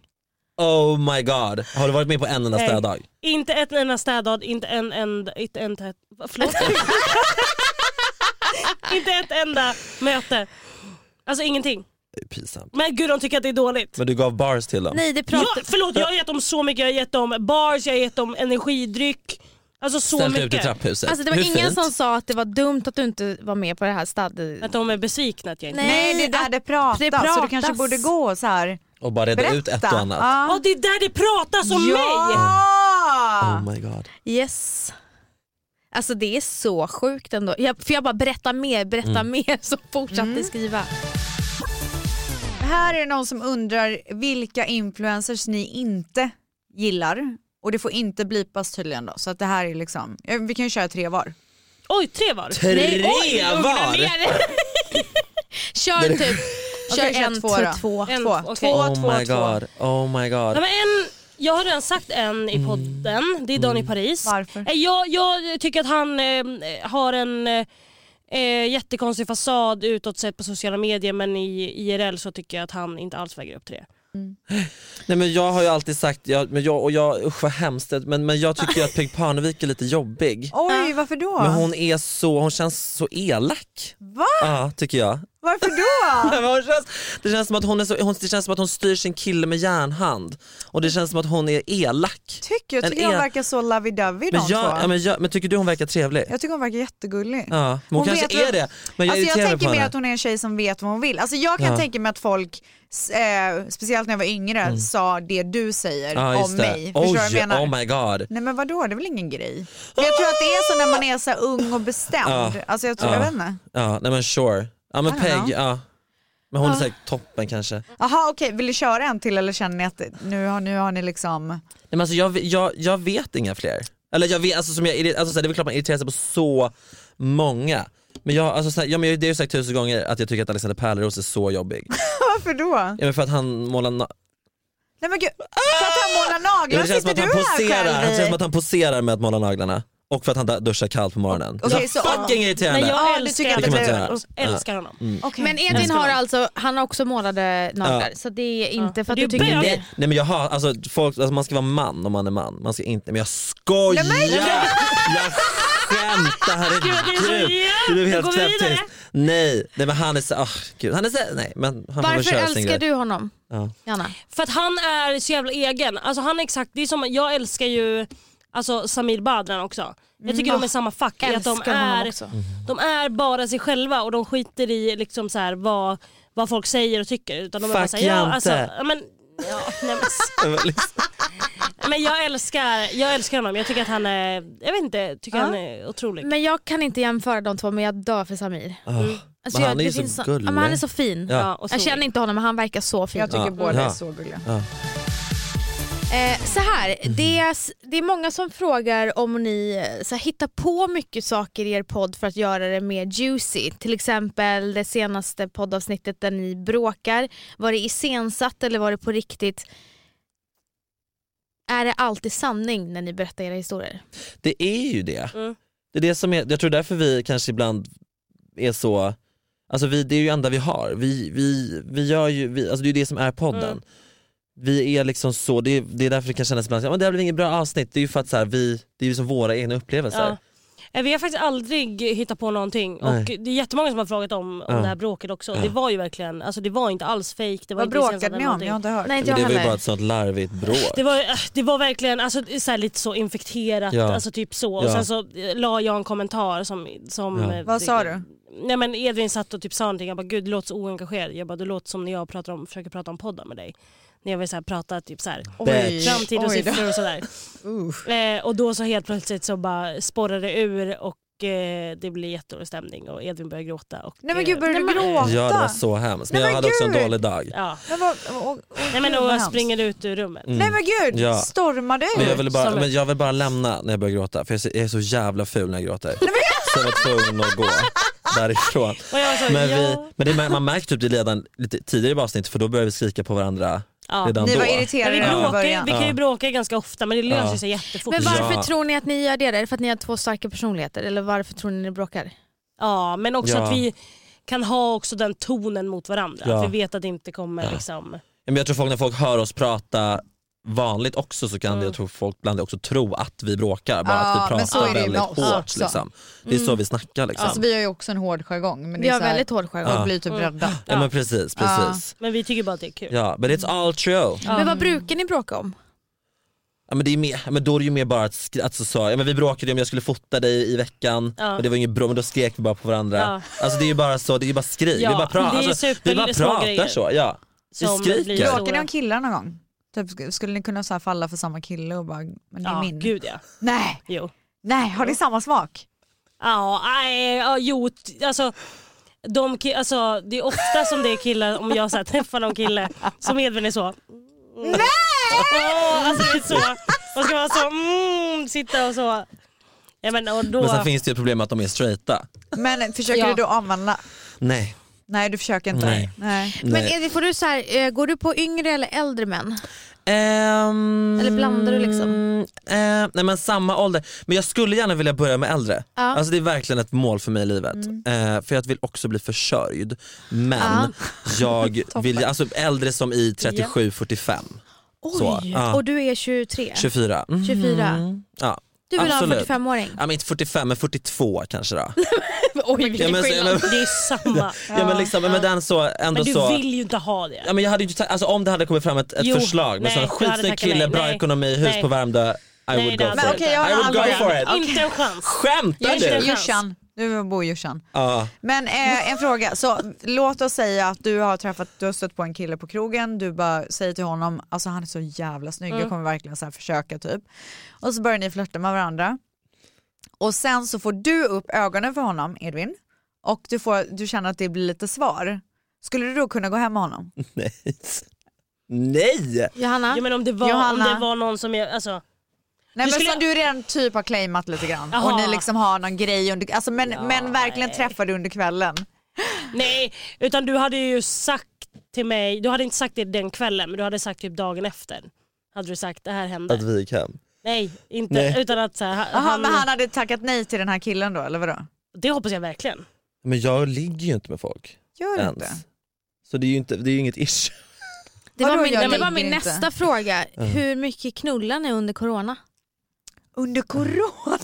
Oh my god, har du varit med på en enda
Nej.
städdag?
Inte ett enda städad, inte en enda... Inte, en, tät- va, förlåt. inte ett enda möte. Alltså ingenting.
Det är pinsamt.
Men gud de tycker att det är dåligt.
Men du gav bars till dem?
Nej det
Jag,
pratar...
förlåt jag har gett dem så mycket, jag har gett dem bars, jag har gett dem energidryck. Alltså så
Ställt ut i
mycket.
trapphuset?
Alltså det var
Hur
ingen
fint?
som sa att det var dumt att du inte var med på det här städ...
Att de är besvikna att jag inte...
Nej det är där det pratas,
det
så du
pratas.
kanske borde gå så här.
Och bara reda
Berätta.
ut ett och annat?
Ja
Ja.
det är där det pratas om mig!
ja.
Oh my god.
Yes. Alltså det är så sjukt ändå. Jag, för jag bara berätta mer, berätta
Mm.
mer så fortsatte
Mm.
skriva.
Här är det någon som undrar vilka influencers ni inte gillar. Och det får inte blipas tydligen då. Så att det här är liksom, ja, vi kan ju köra tre var.
Oj tre var.
Tre var?
Kör typ kör
Okej, kör
en,
två
två,
då.
två.
En,
Två,
okej.
två, två,
Oh my
två.
god, oh my god.
Nej, men en, jag har redan sagt en
Mm.
i podden, det är Dan i Paris.
Varför?
Eh, Jag, jag tycker att han eh, har en eh, jättekonstig fasad utåt sett på sociala medier men i IRL så tycker jag att han inte alls väger upp till det.
Nej men jag har ju alltid sagt, jag, men jag, och jag, usch vad hemskt, det- men, men jag tycker ju att Peg Parnevik är lite jobbig.
Oj varför då?
Men hon är så, hon känns så elak.
Va?
Ja tycker jag.
Varför då?
Nej, men hon känns, det, känns som att hon är så, hon, det känns som att hon styr sin kille med järnhand och det känns som att hon är elak.
Tycker jag,
En
tycker hon
el-
verkar så lovey-dovey
Men,
de
jag,
två.
ja, men, jag, men tycker du hon verkar trevlig?
Jag tycker hon verkar jättegullig.
Ja, men hon,
Hon vet
kanske är
vad-
det. Men jag
alltså jag
irriterar mig på
tänker mer
henne.
att hon är en tjej som vet vad hon vill. Alltså jag kan
Ja. Mm.
tänka mig att folk, s- eh, speciellt när jag var yngre, sa det du säger
Ja,
om
just det.
mig. Förstår du vad jag
Oj,
menar?
Oh my god.
Nej men vadå, det är väl ingen grej? Men jag tror att det är så när man är så här ung och bestämd.
Ja.
Alltså jag tror,
Ja.
jag vet inte.
Ja, nej men sure. Ja men
I don't
Peg,
know. Ah.
ja. Men hon är säkert toppen kanske. Nej,
Jaha okej, vill du köra en till eller känner ni att nu har, nu har ni liksom...
men alltså, jag, jag, jag vet inga fler. Eller jag vet, alltså, som jag, irri- alltså, så här, det är väl klart man irriterar sig på så många. Men jag, alltså, så här, ja, men jag, det har jag sagt tusen gånger att jag tycker att Alexander Pärleros är så jobbig.
Varför då?
Ja, men för att han målar na-
Nej men gud, så att han målar naglar
Ja, det
sitter
känns som att
du
han
här
poserar,
själv
det känns som
i?
att han poserar med att måla naglarna. Och för att han da- duschar kallt på morgonen.
Okej,
det är så
så-
fucking irriterande!
Men jag
Ja, det
älskar,
tycker jag
inte
älskar,
att jag-
älskar honom.
Okej.
Men Edvin har alltså, han har också målade naglar så det är inte för att
Det
du
är
tycker
bög.
det.
Nej men jag har, alltså, folk, alltså man ska vara man om man är man. Man ska inte, men jag skojar! Jag skämtar,
Gud, det är så
herregud!
jävla-
Du blev
Gå
helt
vidare.
knäpptyst. Nej, nej men han är så, ah gud, han är så, nej men han får väl
Varför
köra sin
älskar
grej.
du honom?
Ja.
Janna?
För att han är så jävla egen. Alltså han är exakt, det är som, jag älskar ju alltså, Samir Badran också. Jag tycker de är samma fack i att de
Mm. Älskar honom
är,
också.
de är bara sig själva och de skiter i liksom så här, vad, vad folk säger och tycker. Utan de är bara
Fuck
så här, ja,
Jante.
alltså, ja, men, ja, nej, men,
liksom-
Men jag älskar, jag älskar honom. Jag tycker att han är, jag vet inte, tycker
Ja.
han är otrolig.
Men jag kan inte jämföra de två men jag dör för Samir.
Ah,
Alltså,
Men
jag,
han är
det
ju så
finns ja,
gullig.
men han är så fin.
Ja.
och
Jag
så-
känner inte honom men han verkar så fin.
Jag tycker
Ja.
båda är
Ja.
så gulliga.
Eh, så här, det, är, s- det är många som frågar om ni eh, så här, hittar på mycket saker i er podd för att göra det mer juicy. Till exempel det senaste poddavsnittet där ni bråkar. Var det iscensatt eller var det på riktigt? Är det alltid sanning när ni berättar era historier?
Det är ju det.
Mm.
Det är det som är, jag tror därför vi kanske ibland är så, alltså vi, det är ju enda vi har. Vi, vi, vi gör ju, vi, alltså det är ju det som är podden.
Mm.
Vi är liksom så, det är, det är därför det kan kännas ibland som att det här blev inget bra avsnitt. Det är ju för att så här, vi, det är ju som våra egna upplevelser.
Ja. Eh, Vi har faktiskt aldrig hittat på någonting
Nej.
och det är jättemånga som har frågat om, om
Ja.
det här bråket också.
Ja.
Det var ju verkligen, alltså det var inte alls fejk. Det var
Vad
inte
bråkade
iscensatt
ni
eller
om? Jag har inte hört.
Nej, inte
Men
jag
det var ju bara
heller.
ett sånt larvigt bråk.
Det var, eh, det var verkligen alltså, så här, lite så infekterat,
Ja.
alltså typ så. Och
Ja.
sen så eh, la jag en kommentar som... som
Ja.
eh,
Vad sa du?
nej men Edvin satt och typ sa någonting, jag bara gud du låter så oengagerad. Jag bara du låter som när jag pratar om, försöker prata om podden med dig. När jag vill så här, prata typ så här,
Bitch.
framtid och
Oj då.
siffror och sådär.
Uh.
Eh, och då så helt plötsligt så bara sporrar det ur och eh, det blir jättedålig stämning och Edvin börjar gråta. Och,
Nej men gud
eh,
börjar du gråta?
Ja det var så hemskt. Men
Nej, men
jag hade också en
gud.
dålig dag.
Ja.
Men vad, och, och,
Nej men
gud, vad
och
hemskt.
springer ut ur rummet.
Mm.
Nej men gud,
Ja.
stormar du?
Men jag, ville bara,
Som-
men jag vill bara lämna när jag börjar gråta för jag ser- jag är så jävla ful när jag gråter. Så jag var tvungen att gå därifrån.
Och jag var så,
Men,
ja.
vi, men det, man märkte typ det redan lite tidigare i avsnittet för då började vi skrika på varandra
Ja.
redan
Ni
då.
var
Men vi,
irriterade från
bråkar, ju-
början.
vi kan ju
Ja.
bråka ganska ofta men det löser
Ja.
sig jättefort.
Men varför
Ja.
tror ni att ni gör det? Är det för att ni har två starka personligheter eller varför tror ni ni bråkar?
Ja, men också
Ja.
att vi kan ha också den tonen mot varandra.
Ja.
Att vi vet att det inte kommer liksom...
Men jag tror folk när folk hör oss prata vanligt också så kan det, jag tror folk ibland också tro att vi bråkar bara
Ja,
att vi
men så är det
pratar
ju
väldigt
med oss
hårt.
också.
Liksom. Det är så vi snackar liksom.
Alltså, vi har ju också en hård jargong. Men det
Vi
är
har
så här,
väldigt hård jargong.
Folk blir typ rädda.
ja. men precis, precis.
Men vi tycker bara att det är kul.
Ja, but it's all true.
Men vad brukar ni bråka om?
Ja, men, det är mer, men då är det ju mer bara att, skri- alltså, så, ja, men vi bråkade ju om jag skulle fota dig i veckan
Ja.
och det var inget bra men då skrek vi bara på varandra.
Ja.
Alltså det är ju bara så, det är ju bara skrik,
Ja,
vi bara, pra-
det är
alltså,
super-
vi bara
små
pratar
grejer.
så. Ja. Vi
Som
skriker.
blir
Ja.
Bråkar ni
stora.
om killar någon gång? Typ, sk- skulle ni kunna så här falla för samma kille och bara, men det är
Ja,
min?
gud ja.
Nej,
Jo.
nej, har ni samma smak?
Ja, nej, ja, jo, t- alltså, de, ki- alltså, det är ofta som det är killar, om jag så här, träffar någon kille som Edvin är så... Nej! alltså det är så. Man ska vara så, mm, sitta och så. Ja, men, och då,
Men sen finns det ju ett problem med att de är straighta.
Men försöker
Ja.
du då använda?
Nej.
Nej du försöker inte?
Nej.
Men
Nej.
är det, får du så här, eh, går du på yngre eller äldre män?
Ehm,
Eller blandar du liksom?
ehm, nej men samma ålder, men jag skulle gärna vilja börja med äldre.
Ja.
Alltså det är verkligen ett mål för mig i livet.
Mm.
Eh, för jag vill också bli försörjd. Men jag vill, alltså äldre som i 37-45.
Oj,
Så, ja.
och du är 23?
24. Mm.
24.
Ja.
Du vill
absolut.
ha en 45-åring?
Ja, men inte 45 men 42 kanske då.
Oj
Ja, men, så- ja, men,
det är samma.
ja, men, liksom, men den så, ändå
Men du
så.
vill ju inte ha det.
Ja, men jag hade ju inte, ta- alltså, om det hade kommit fram ett, ett
Jo,
förslag med
nej,
sån
du hade
skitsnygg
tackat
kille,
nej.
bra
Nej,
ekonomi, hus
nej.
på Värmdö. I
Nej,
would
det
go
hade
for
jag
it.
inte. Men okej, jag
har
I would
en
go
annan
for
fråga.
it.
Inte en chans.
Skämtar
Jag
du?
känner-
Jossan, nu bor Jossan.
Ja.
Men eh, en fråga, så låt oss säga att du har träffat, du har stött på en kille på krogen, du bara säger till honom, alltså han är så jävla snygg,
Mm.
jag kommer verkligen så här försöka typ. Och så börjar ni flirta med varandra. Och sen så får du upp ögonen för honom, Edvin, och du, får, du känner att det blir lite svar. Skulle du då kunna gå hem med honom?
Nej. Nej!
Johanna?
Ja, men om det var, om
Johanna.
det var någon som jag... Alltså,
Nej men
skulle-
som du redan typ har claimat lite grann
Jaha.
och ni liksom har någon grej under, alltså, men, men verkligen träffade under kvällen.
nej, utan du hade ju sagt till mig... Du hade inte sagt det den kvällen, men du hade sagt typ dagen efter. Hade du sagt det här hände.
Att vi gick hem.
Nej, inte.
Nej.
Utan att så här, han,
Jaha men han hade tackat nej till den här killen då eller vadå?
Det hoppas jag verkligen.
Men jag ligger ju inte med folk
Gör du
ens.
inte?
Så det är ju inte, det är ju inget issue.
Det var
Vadå,
min,
jag
det var
ligger
min
inte?
nästa fråga. Hur mycket knullar ni under corona?
Under corona?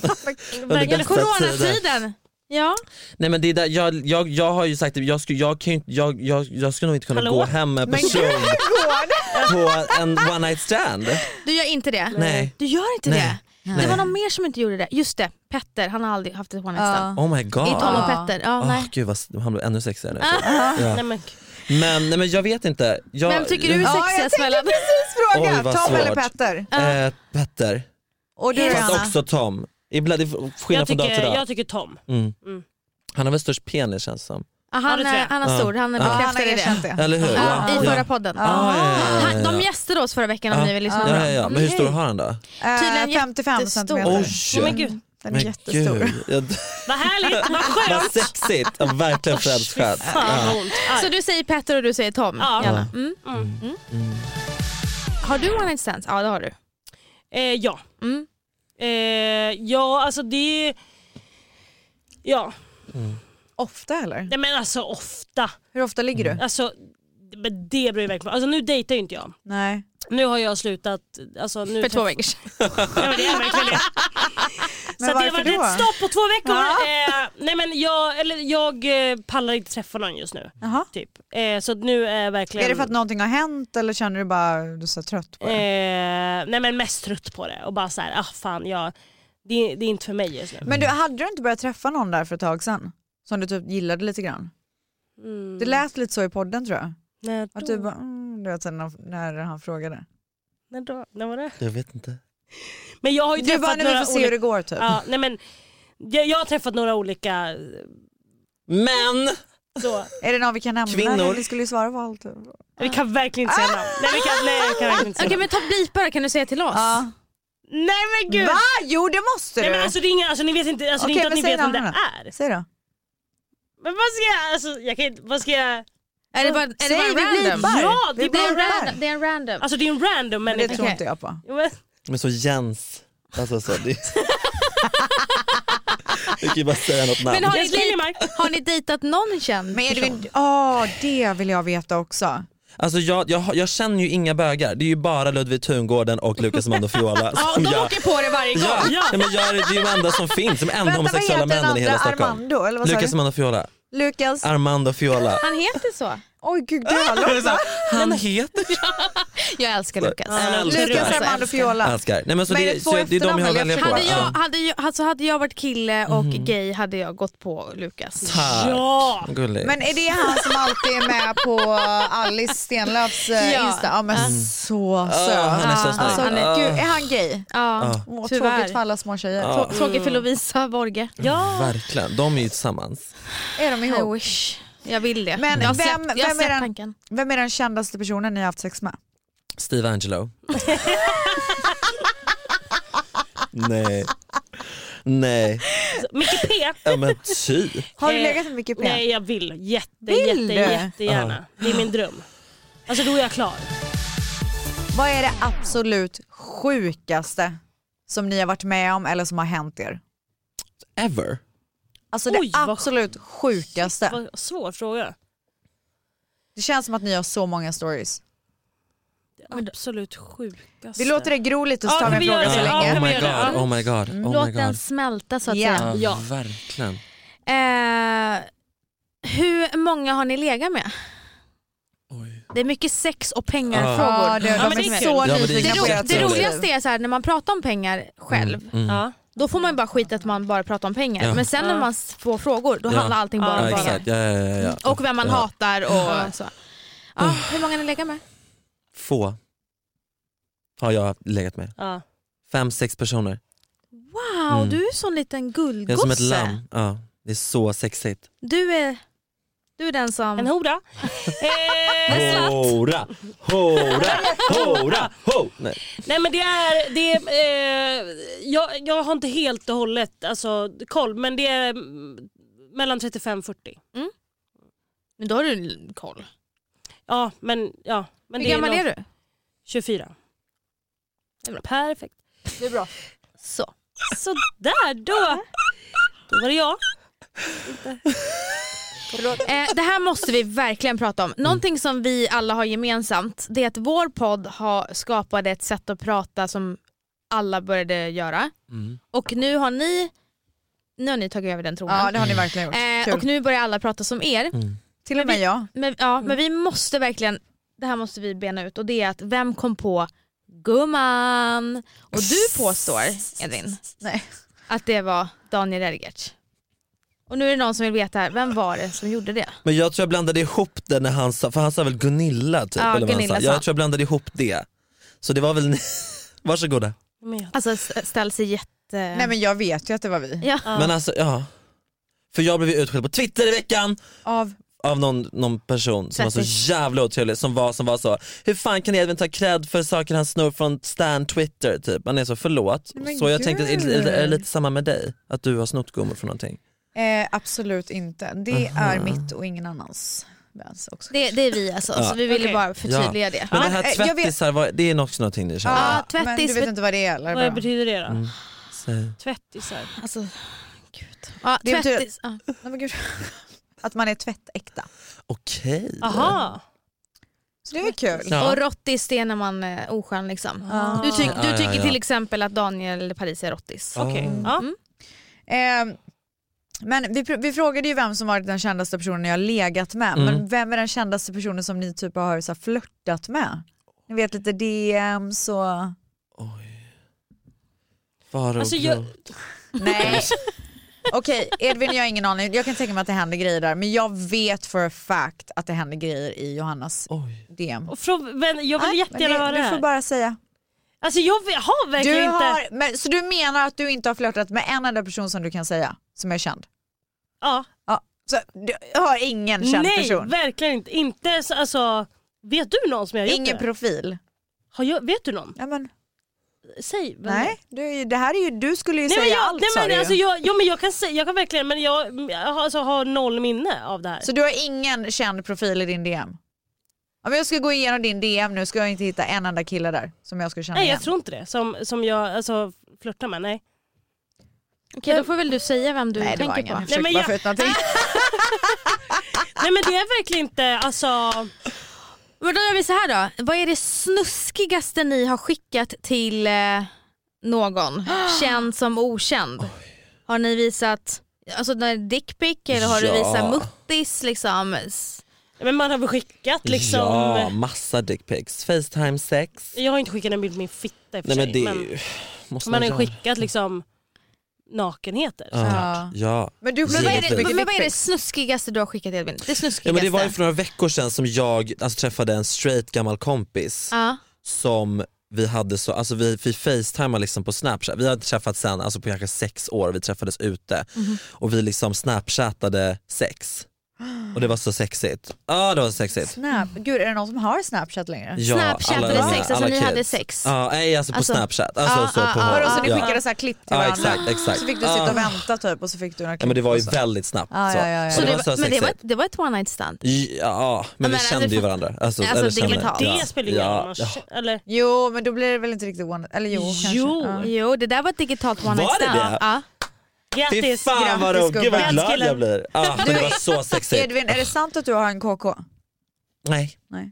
Under bästa
Coronatiden! Ja.
Nej men det är där, jag, jag, jag har ju sagt det, jag skulle, jag kan ju inte, jag, jag, jag skulle nog inte kunna
Hallå?
gå hem med en
Men
person
gud går det?
på en one night stand.
Du gör inte det?
Nej.
Du gör inte
Nej.
det?
Nej.
Det var någon mer som inte gjorde det. Just det, Petter. Han har aldrig haft ett one night stand.
Ja.
Oh my god.
I tal om
Ja.
Petter. Ja,
Åh,
nej. Ah.
gud vad, han blev ännu sexigare nu.
Nej, men,
Men, nej, men jag vet inte. Jag, eh,
Vem tycker du är
Ja, jag
sexigast
tänkte
mellan...
precis fråga,
Oj, vad
Tom eller
svårt.
Petter?
Eh, Petter.
Och du
Fast
Fast
Johanna?
också Tom. Ibland, det är
jag,
skillnad från dag till
tycker, jag
dag.
tycker Tom.
Mm.
Mm.
Han har väl störst penis känns det som.
Ja,
Ja,
Ah, han,
det tror
är,
jag.
han är stor, han
Ja, han har
bekräftade det.
erkänt det.
Eller hur?
Ja, I förra
ja.
podden.
Ah, ja, ja, ja,
Han,
ja.
de gästade oss förra veckan om
Ja.
ni vill lyssna.
Ja, ja, ja. Men hur stor har han då?
Eh,
Tydligen
55
jättestor.
centimeter.
Oj!
Ja, men gud,
Den är
Men
jättestor.
gud. Jag-
vad härligt, vad skönt.
Vad sexigt! Jag har verkligen förälskad.
Fan vad ont. Aj.
Så du säger Petter och du säger Tom?
Ja.
Jalla. Mm. Mm. Har du one night stands? Ja det har du.
Eh, ja.
Mm.
Eh, ja, alltså det... Ja,
Mm.
Ofta eller?
nej men alltså ofta.
Hur ofta ligger
Mm.
du?
Alltså, men det beror ju verkligen på. Alltså nu dejtar ju inte jag.
Nej.
Nu har jag slutat... Alltså, nu
För två veckor sedan.
Ja, men det är verkligen det.
Men
Så att det har
varför
varit
då?
ett stopp på två veckor.
Ja.
Eh, nej men jag, eller jag eh, pallar inte träffa någon just nu.
Jaha.
Typ. Eh, så att nu är verkligen...
Är det för att någonting har hänt eller känner du bara du är så trött på
eh,
det?
Nej men mest trött på det och bara så här, ah fan jag... Det, det är inte för mig just nu.
Men du, hade du inte börjat träffa någon där för ett tag sedan? Som du typ gillade lite grann.
Mm.
Det lät lite så i podden tror jag.
När då?
Att du bara, mm, du vet sen när, när han frågade.
När då? När var det?
Jag vet inte.
Men jag har ju
Du bara,
träffat
nu vi
några
får se hur det går typ.
Ja, nej men, jag, jag har träffat några olika eh,
Men!
så.
Är det någon vi kan nämna?
Kvinnor.
Vi skulle ju svara på allt. Typ.
Vi kan verkligen inte
Ah!
säga namn. Nej, vi kan, nej, vi kan verkligen inte säga
Okej
namn.
men ta blipare kan du säga till oss?
Ja.
Nej men gud!
Va? Jo det måste du!
Nej men alltså, det är inga, alltså ni vet inte, alltså, det är
Okej,
inte att
men
ni
säg
vet vem det
namnen
är.
Säg då.
Men vad ska jag, alltså jag kan inte, vad ska jag?
Är det bara, är
Säg,
det bara
vi
random?
blipar.
Ja,
Vi
det
Det är, en
blipar.
random, det är en random.
Alltså det är en random
Men det
människa.
tror
Okej.
inte jag på.
Jo, men-
Men så Jens. Alltså så, det... Du kan ju bara säga något namn.
Men har ni,
Jens Liljemark.
dejt, har ni dejtat någon känd
Men är det,
person?
inte- Åh, det vill jag veta också.
Alltså jag, jag, har- jag känner ju inga bögar, det är ju bara Ludvig Tungården och Lukas Amando Fiola som
de
jag...
åker på det varje gång.
Ja,
Ja.
Nej, men jag är, det är ju de enda som finns, de enda
Vänta vad
homosexuella
heter den
männen i hela
andra?
Stockholm.
Armando eller vad sa
Lukas
du?
Amando Fiola,
Lukas.
Armando Fiola.
Han heter så.
Oj gud det
Ah.
har långt.
Han heter
Jag älskar Lukas.
Ja, jag älskar
Lukas
Alltså,
Armando Fiola.
Asgar. Nej men så
Men
det,
det är
så
två
det är de jag har att
efternamn, eller?
välja på.
Hade jag,
Ja.
hade, jag, alltså hade jag varit kille och gay hade jag gått på Lukas.
Tack.
Ja!
Gullig.
Men är det han som alltid är med på Alice Stenlöfs eh,
Ja.
Insta? Ja men så
Ah,
söt.
han är så
Ah,
snygg.
Alltså,
han
Ah.
gud, är han gay?
Ja,
Åh,
tyvärr. Mm.
tråkigt för alla små tjejer.
Ja.
Trå- Tråkigt för Lovisa
Mm.
Borge.
Verkligen, de är ju tillsammans.
Är de
I
ihop?
wish. Jag vill det.
Men
jag har
vem-
släppt, jag har
vem är
släppt
den-
tanken.
Vem är den kändaste personen ni har haft sex med?
Steve Angelo. Nej. Nej.
Micke P.
Ja men typ. ty.
Har du
Eh,
legat med Micke P?
Nej jag vill jätte,
Vill
jätte,
du?
jättegärna. Det är min dröm. Alltså då är jag klar.
Vad är det absolut sjukaste som ni har varit med om eller som har hänt er?
Ever.
Alltså det
Oj, vad-
absolut sjukaste.
Vad svår fråga.
Det känns som att ni har så många stories.
Det absolut sjukaste.
Vi låter det gro lite och så
Alltså. Ja,
tar vi en
vi gör
fråga
det.
så
Alltså,
Ja,
länge.
Oh
kan vi
my
göra det?
god, oh my god, oh my
Låt den
god.
smälta så att
Ja.
säga.
Ja,
Ja.
verkligen.
Eh, hur många har ni legat med?
Oj.
Det är mycket sex och
Ja.
pengar-frågor.
Ja, det, de
men
är
det är
så
kul. Ja, men det är
nyfikna
Ah. Det,
på ert
kul. Jag
ro- det
tror det.
roligaste är så här, när man pratar om pengar själv,
Mm.
Ja.
då får man ju bara skit att man bara pratar om pengar.
Ja.
Men sen när
Ja.
man s- får frågor, då
Ja.
handlar allting bara
Ja,
om pengar.
exakt. Ja, ja, ja, ja.
Och vem man
Ja.
hatar och
Ja.
så. Ja, hur många har ni legat med?
Få har jag legat med.
Ja.
Fem, sex personer.
Wow,
Mm.
du är en sån liten
Jag är som ett
gullgosse.
lamm. Ja, det är så sexigt.
Du är, du är den som...
En hora. eh,
Hora, hora, hora, ho! Nej.
nej men det är, det är eh, jag, jag har inte helt och hållet alltså, koll men det är mm, mellan 35 och 40.
Men då har du koll.
Ja men ja. Men
hur gammal
nog
är du?
24. Det är bra. Perfekt.
Det är bra. Så.
Sådär då. Då var det jag.
Eh, det här måste vi verkligen prata om. Någonting som vi alla har gemensamt det är att vår podd har skapade ett sätt att prata som alla började göra.
Mm.
Och nu har ni, nu har ni tagit över den tronen.
Ja det har ni verkligen gjort.
Eh, och
Kul.
nu börjar alla prata som er.
Mm.
Till och med jag.
Men, ja, men vi måste verkligen, det här måste vi bena ut och det är att vem kom på gumman? Och du påstår Edvin
Nej.
att det var Daniel Elgertz. Och nu är det någon som vill veta här, vem var det som gjorde det?
Men jag tror jag blandade ihop det när han sa, för han sa väl Gunilla typ?
Ja,
eller vad han
Gunilla
sa.
sa.
Jag tror jag blandade ihop det. Så det var väl ni. Varsågoda.
Men jag,
Alltså s- ställ sig jätte...
Nej men jag vet ju att det var vi.
ja.
Ja.
Men alltså ja. För jag blev ju utskälld på Twitter i veckan
Av,
av någon, någon person som var så
Svettigt.
jävla otrevlig som var, som var så, hur fan kan Edvin ta cred för saker han snor från Stan Twitter typ? Han är så, förlåt.
Men
så jag tänkte, är, det- är det- är det
gud.
lite samma med dig? Att du har snott gummor från någonting?
eh, absolut inte. Det är mitt och ingen annans. Vans också.
Det, det är vi alltså,
Ja.
så vi ville
Okej.
bara förtydliga
Ja.
det.
Men det
Ja,
här
eh, jag vet-
tvättisar, vad- det är också någonting ni känner?
Ja,
men
tvättis-
du vet inte vad det är eller?
vad
Bara.
betyder det då?
Mm. Säg.
Tvättisar.
Alltså, gud. Ja,
Det betyder-
tvättis, ja.
Nej, men gud. Att man är tvättäkta.
Okej.
Aha.
Så det är väl kul.
Ja.
Och rottis det är när man är oskön liksom.
Ja.
Du, tyck,
Ja,
du
ja,
tycker
ja.
till exempel att Daniel Paris är rottis.
Okej.
Mm.
Ja.
Eh, men vi, pr- vi frågade ju vem som varit den kändaste personen jag har legat med.
Mm.
Men vem är den kändaste personen som ni typ har så här, flörtat med? Ni vet lite DMs och...
Oj. Faro
Alltså,
Glo-
jag-
Nej. Okej Edvin jag har ingen aning, jag kan tänka mig att det händer grejer där men jag vet för a fact att det händer grejer i Johannas
Oj.
DM.
Och från, men jag vill
Nej, men
jättegärna
det-
höra det
Du får
här.
bara säga.
Alltså jag vill- har verkligen
Du
inte...
har, men, så du menar att du inte har flörtat med en enda person som du kan säga som är känd?
Ja.
Ja. Så du har ingen känd
Nej,
person?
verkligen inte. inte så, alltså, vet du någon som jag har gjort
Ingen
det?
profil?
Har jag, vet du någon?
Ja, men,
Säg. vem det är.
nej, du, är ju- det här är ju, du skulle ju
Nej, men
säga
jag,
allt sa
nej,
du ju.
men, alltså, jag, ja, men jag, kan säga, jag kan verkligen, men jag, jag har- alltså, har noll minne av det här.
Så du har ingen känd profil i din DM? Om jag ska gå igenom din DM nu ska jag inte hitta en enda kille där som jag skulle känna
nej
igen.
jag tror inte det. Som, som jag alltså, flörtar med, nej.
Okej då får väl du säga vem du
nej det var
tänker
ingen, jag Ah!
på.
försökte
men
bara
jag-
få ut någonting. Ah,
Nej men det är verkligen inte, alltså.
Men då gör vi så här då. Vad är det snuskigaste ni har skickat till eh, någon? Känd som okänd. Har ni visat alltså, dickpic eller har
Ja.
du visat muttis? Liksom? S-
Men man har väl skickat liksom.
Ja, massa dickpics. Facetime sex.
Jag har inte skickat en bild på min fitta i och för
Nej men det
sig.
är
Men
ju... Måste
man har ju
göra.
skickat liksom nakenheter.
Ja.
Ja.
ja.
Men du
Men
får
Vad är
väldigt
det,
Givetvis.
mycket
men vad är det
dickpics.
snuskigaste du har skickat Edvin? Det snuskigaste?
Ja, men det var ju för några veckor sedan som jag alltså, träffade en straight gammal kompis
Ja.
som vi hade så, alltså vi, vi facetimade liksom på snapchat, vi hade inte träffats sen alltså på kanske sex år, vi träffades ute
Mhm.
och vi liksom snapchatade sex och det var så sexigt. Ja det var sexigt.
Snap. Gud är det någon som har Snapchat längre?
Ja,
Snapchat
alla-
eller
alla-
sex, alltså
alla
ni
kids.
hade sex.
Ja, nej alltså på
Alltså-
snapchat. Alltså,
Ja,
så
ja,
på
ja,
Vadå
ja.
så ni
ja.
skickade så här klick till
Ja
varandra?
exakt, exakt.
Så fick du
Ja.
sitta och vänta typ och så fick du några klick.
Ja, men det var ju
och så.
väldigt snabbt.
Ja,
så.
ja, ja, ja.
Och
Så
det
det
var så
var, men det var,
sexigt.
ett- det var ett one night stand?
Ja, men
men
vi
alltså,
kände ju
fatt-
varandra. Alltså,
alltså,
eller kände-
digitalt.
Det
ja.
spelar ingen roll.
ja,
man
ja.
känner- Eller,
Jo men då blir det väl inte riktigt one, eller jo, kanske.
Jo.
Ja.
Jo det där var ett digitalt one
Var
night
det
stand.
det?
Ja.
Fy
grattis!
fan vad roligt,
gubben.
gud vad
Grattis,
glad jag
killen.
blir. Ah, Ja, men det var så sexigt.
Edvin är det sant att du har en KK?
Nej.
Nej.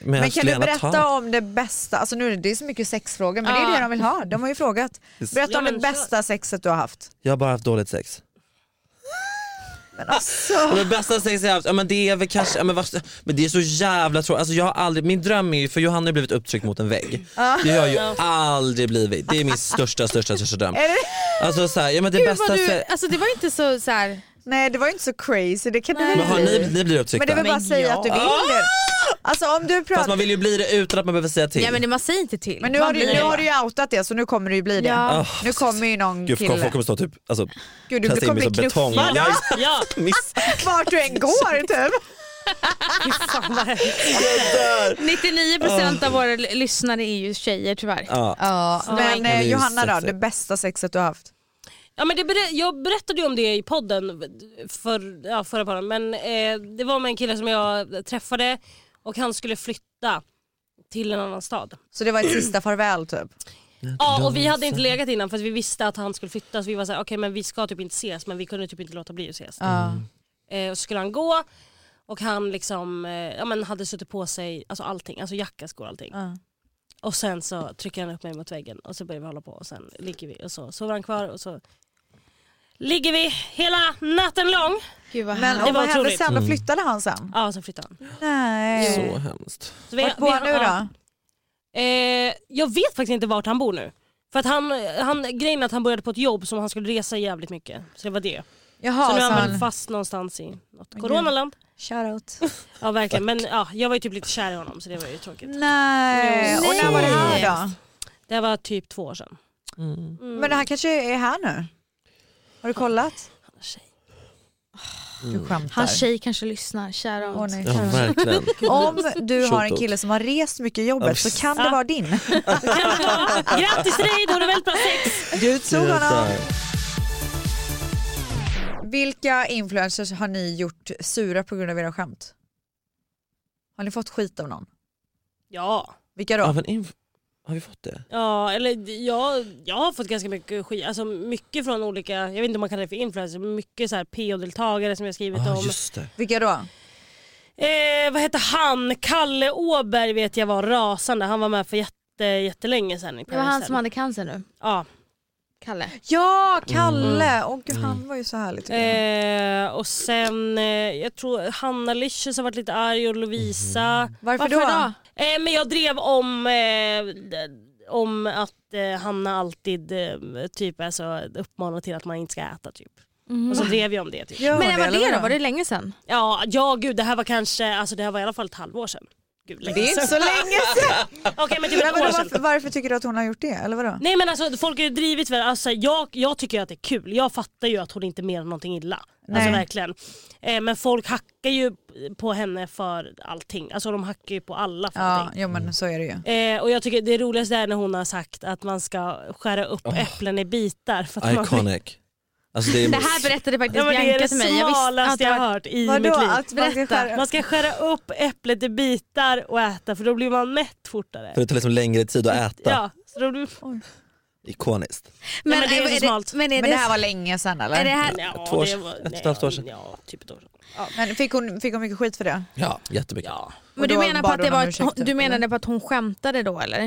Men,
Men
jag
kan
skulle
du
gärna ta. Ah.
berätta om det bästa, alltså nu är det, det är så mycket sexfrågor men det är
Ja.
det de vill ha, de har ju frågat. Berätta
Ja,
om
men
det
kör.
bästa sexet du har haft.
Jag har bara haft dåligt sex.
Men alltså,
Ah. Men det bästa sex jag haft, ja, men det är väl kanske, ja, men, vad, men det är så jävla tråkigt. Alltså, jag har aldrig, min dröm är ju, för Johanna har blivit upptryckt mot en vägg. Det har jag ju aldrig blivit. Det är min största, största, största dröm.
är det,
Alltså så här, ja, men det
Gud,
bästa
vad du,
se-
alltså, det var inte så, så här...
nej det var ju inte så crazy, det kan du
Nej.
väl
Men har
bli.
ni, ni blivit
Men
upptryckta?
det är väl bara att säga
ja.
att du vill det. Alltså om du
Fast man
pratar,
vill ju bli det utan att man behöver säga till.
Ja men det, man säger inte till.
men nu
Man
har, du,
blir
nu
det.
har du ju outat det så nu kommer det ju bli det.
Ja.
Ah,
Nu kommer ju någon
Gud, folk
kille.
kommer stå typ, alltså,
Gud du
pressa in
kommer
mig
bli
som betong.
knuffad
Jag
Ja,
miss,
vart du än går typ.
fan vad hemskt.
jag dör.
99% av våra l- lyssnare är ju tjejer tyvärr.
Ja.
Ja, men
Det är
eh,
ju
Johanna då,
sexigt.
det bästa sexet du har haft?
Ja, men det ber- jag berättade ju om det i podden för, ja, förra podden. Men eh, det var med en kille som jag träffade och han skulle flytta till en annan stad.
Så det var
Mm.
ett sista farväl typ?
Ja och vi hade inte legat innan för att vi visste att han skulle flytta så vi var såhär okej men vi ska typ inte ses men vi kunde typ inte låta bli att ses.
Ja.
Eh, och så skulle han gå och han liksom eh, ja, men hade suttit på sig alltså allting, alltså jacka, skor allting.
Ja.
Och sen så trycker han upp mig mot väggen och så börjar vi hålla på och sen ligger vi och så sover han kvar och så ligger vi hela natten lång.
Gud vad
Men
härligt.
och vad hände
otroligt.
sen?
Mm.
Då flyttade han sen?
Ja och sen flyttade han.
Nej.
Så hemskt.
Så
Vart bor han nu
ja.
då?
Eh, jag vet faktiskt inte vart han bor nu. För att han, han, grejen är att han började på ett jobb som han skulle resa jävligt mycket. Så det var det.
Jaha,
så nu är
så
han väl
han...
fast någonstans i något coronaland.
Shoutout.
Ja verkligen men ja, jag var ju typ lite kär i honom så det var ju tråkigt.
Nej.
Jo.
Och när var det här
Nej.
då?
Det var typ två år sedan.
Mm.
Mm.
Men han kanske är här nu? Har du kollat?
Tjej.
Du skämtar.
Hans tjej kanske lyssnar, kära
Åh, nej.
Ja verkligen.
Om du har en
Shoutout.
kille som har rest mycket i
Ja,
jobbet så kan det
Ja.
vara din.
Grattis till dig, då har du väldigt bra sex.
Gud tog
Gud,
honom.
Typ där.
Vilka influencers har ni gjort sura på grund av era skämt? Har ni fått skit av någon?
Ja.
Vilka
Ja,
då?
men inf- har vi fått det?
Ja, eller jag, jag har fått ganska mycket skit, alltså mycket från olika, jag vet inte om man kallar det för influencers, men mycket så här PO-deltagare som jag skrivit
Ja
om.
Ah, just det.
Vilka då?
Eh, vad hette han? Kalle Åberg vet jag var rasande, han var med för jätte, jättelänge sedan i
Det var han
Paradise
som
Hotel.
hade cancer nu,
Ja.
Kalle.
Ja, Kalle! Åh gud, han var ju så härlig. tycker jag.
Eh, och sen, eh, jag tror Hanna Licious har varit lite arg och Lovisa.
Varför,
Varför då?
då?
Eh, men jag drev om eh, d- om att eh, Hanna alltid eh, typ är så uppmanar till att man inte ska äta typ.
Mm.
Och så drev jag om det typ.
Gör
Men när var
eller
det då?
vadå?
Var det länge sedan?
Ja, ja gud det här var kanske, alltså det här var i alla fall ett halvår sedan. Gud, länge
Det är inte
sedan.
så länge sedan.
Okej men typ
Nej,
ett
men
år
varför,
sedan.
varför tycker du att hon har gjort det? Eller vadå?
Nej men alltså folk har ju drivit för alltså, jag, jag tycker ju att det är kul, jag fattar ju att hon inte menar någonting illa.
Nej.
Alltså verkligen. Eh, men folk hackar ju på henne för allting, alltså de hackar ju på alla för
Ja,
allting.
jo men så är det ju.
Eh, och jag tycker det roligaste är när hon har sagt att man ska skära upp
Åh.
äpplen i bitar. För att man
Iconic. Alltså det är
Det här berättade faktiskt
Ja, men det är
Bianca
det
till mig. Jag visste att
smalaste
det
jag
var...
har hört i mitt
Vadå?
liv.
Att man ska
Berätta.
skära
Man ska skära upp äpplet i bitar och äta för då blir man mätt fortare.
För det tar liksom längre tid att äta.
Ja, så då blir...
Ikoniskt.
Nej, men det är så smalt.
Men är
Men det här
det...
var länge sedan eller?
Är det här...
Ja,
Två år
det
sedan.
var-
Ett och ett
nej,
halvt år sedan.
Ja, typ ett år sedan.
Men fick hon, fick hon mycket skit för det?
Ja. Jättemycket.
Ja.
Och
Men du
då
menar på
bad
att det
hon om
var...
ursäkt,
ett- Du
typ,
menade på att hon skämtade då eller?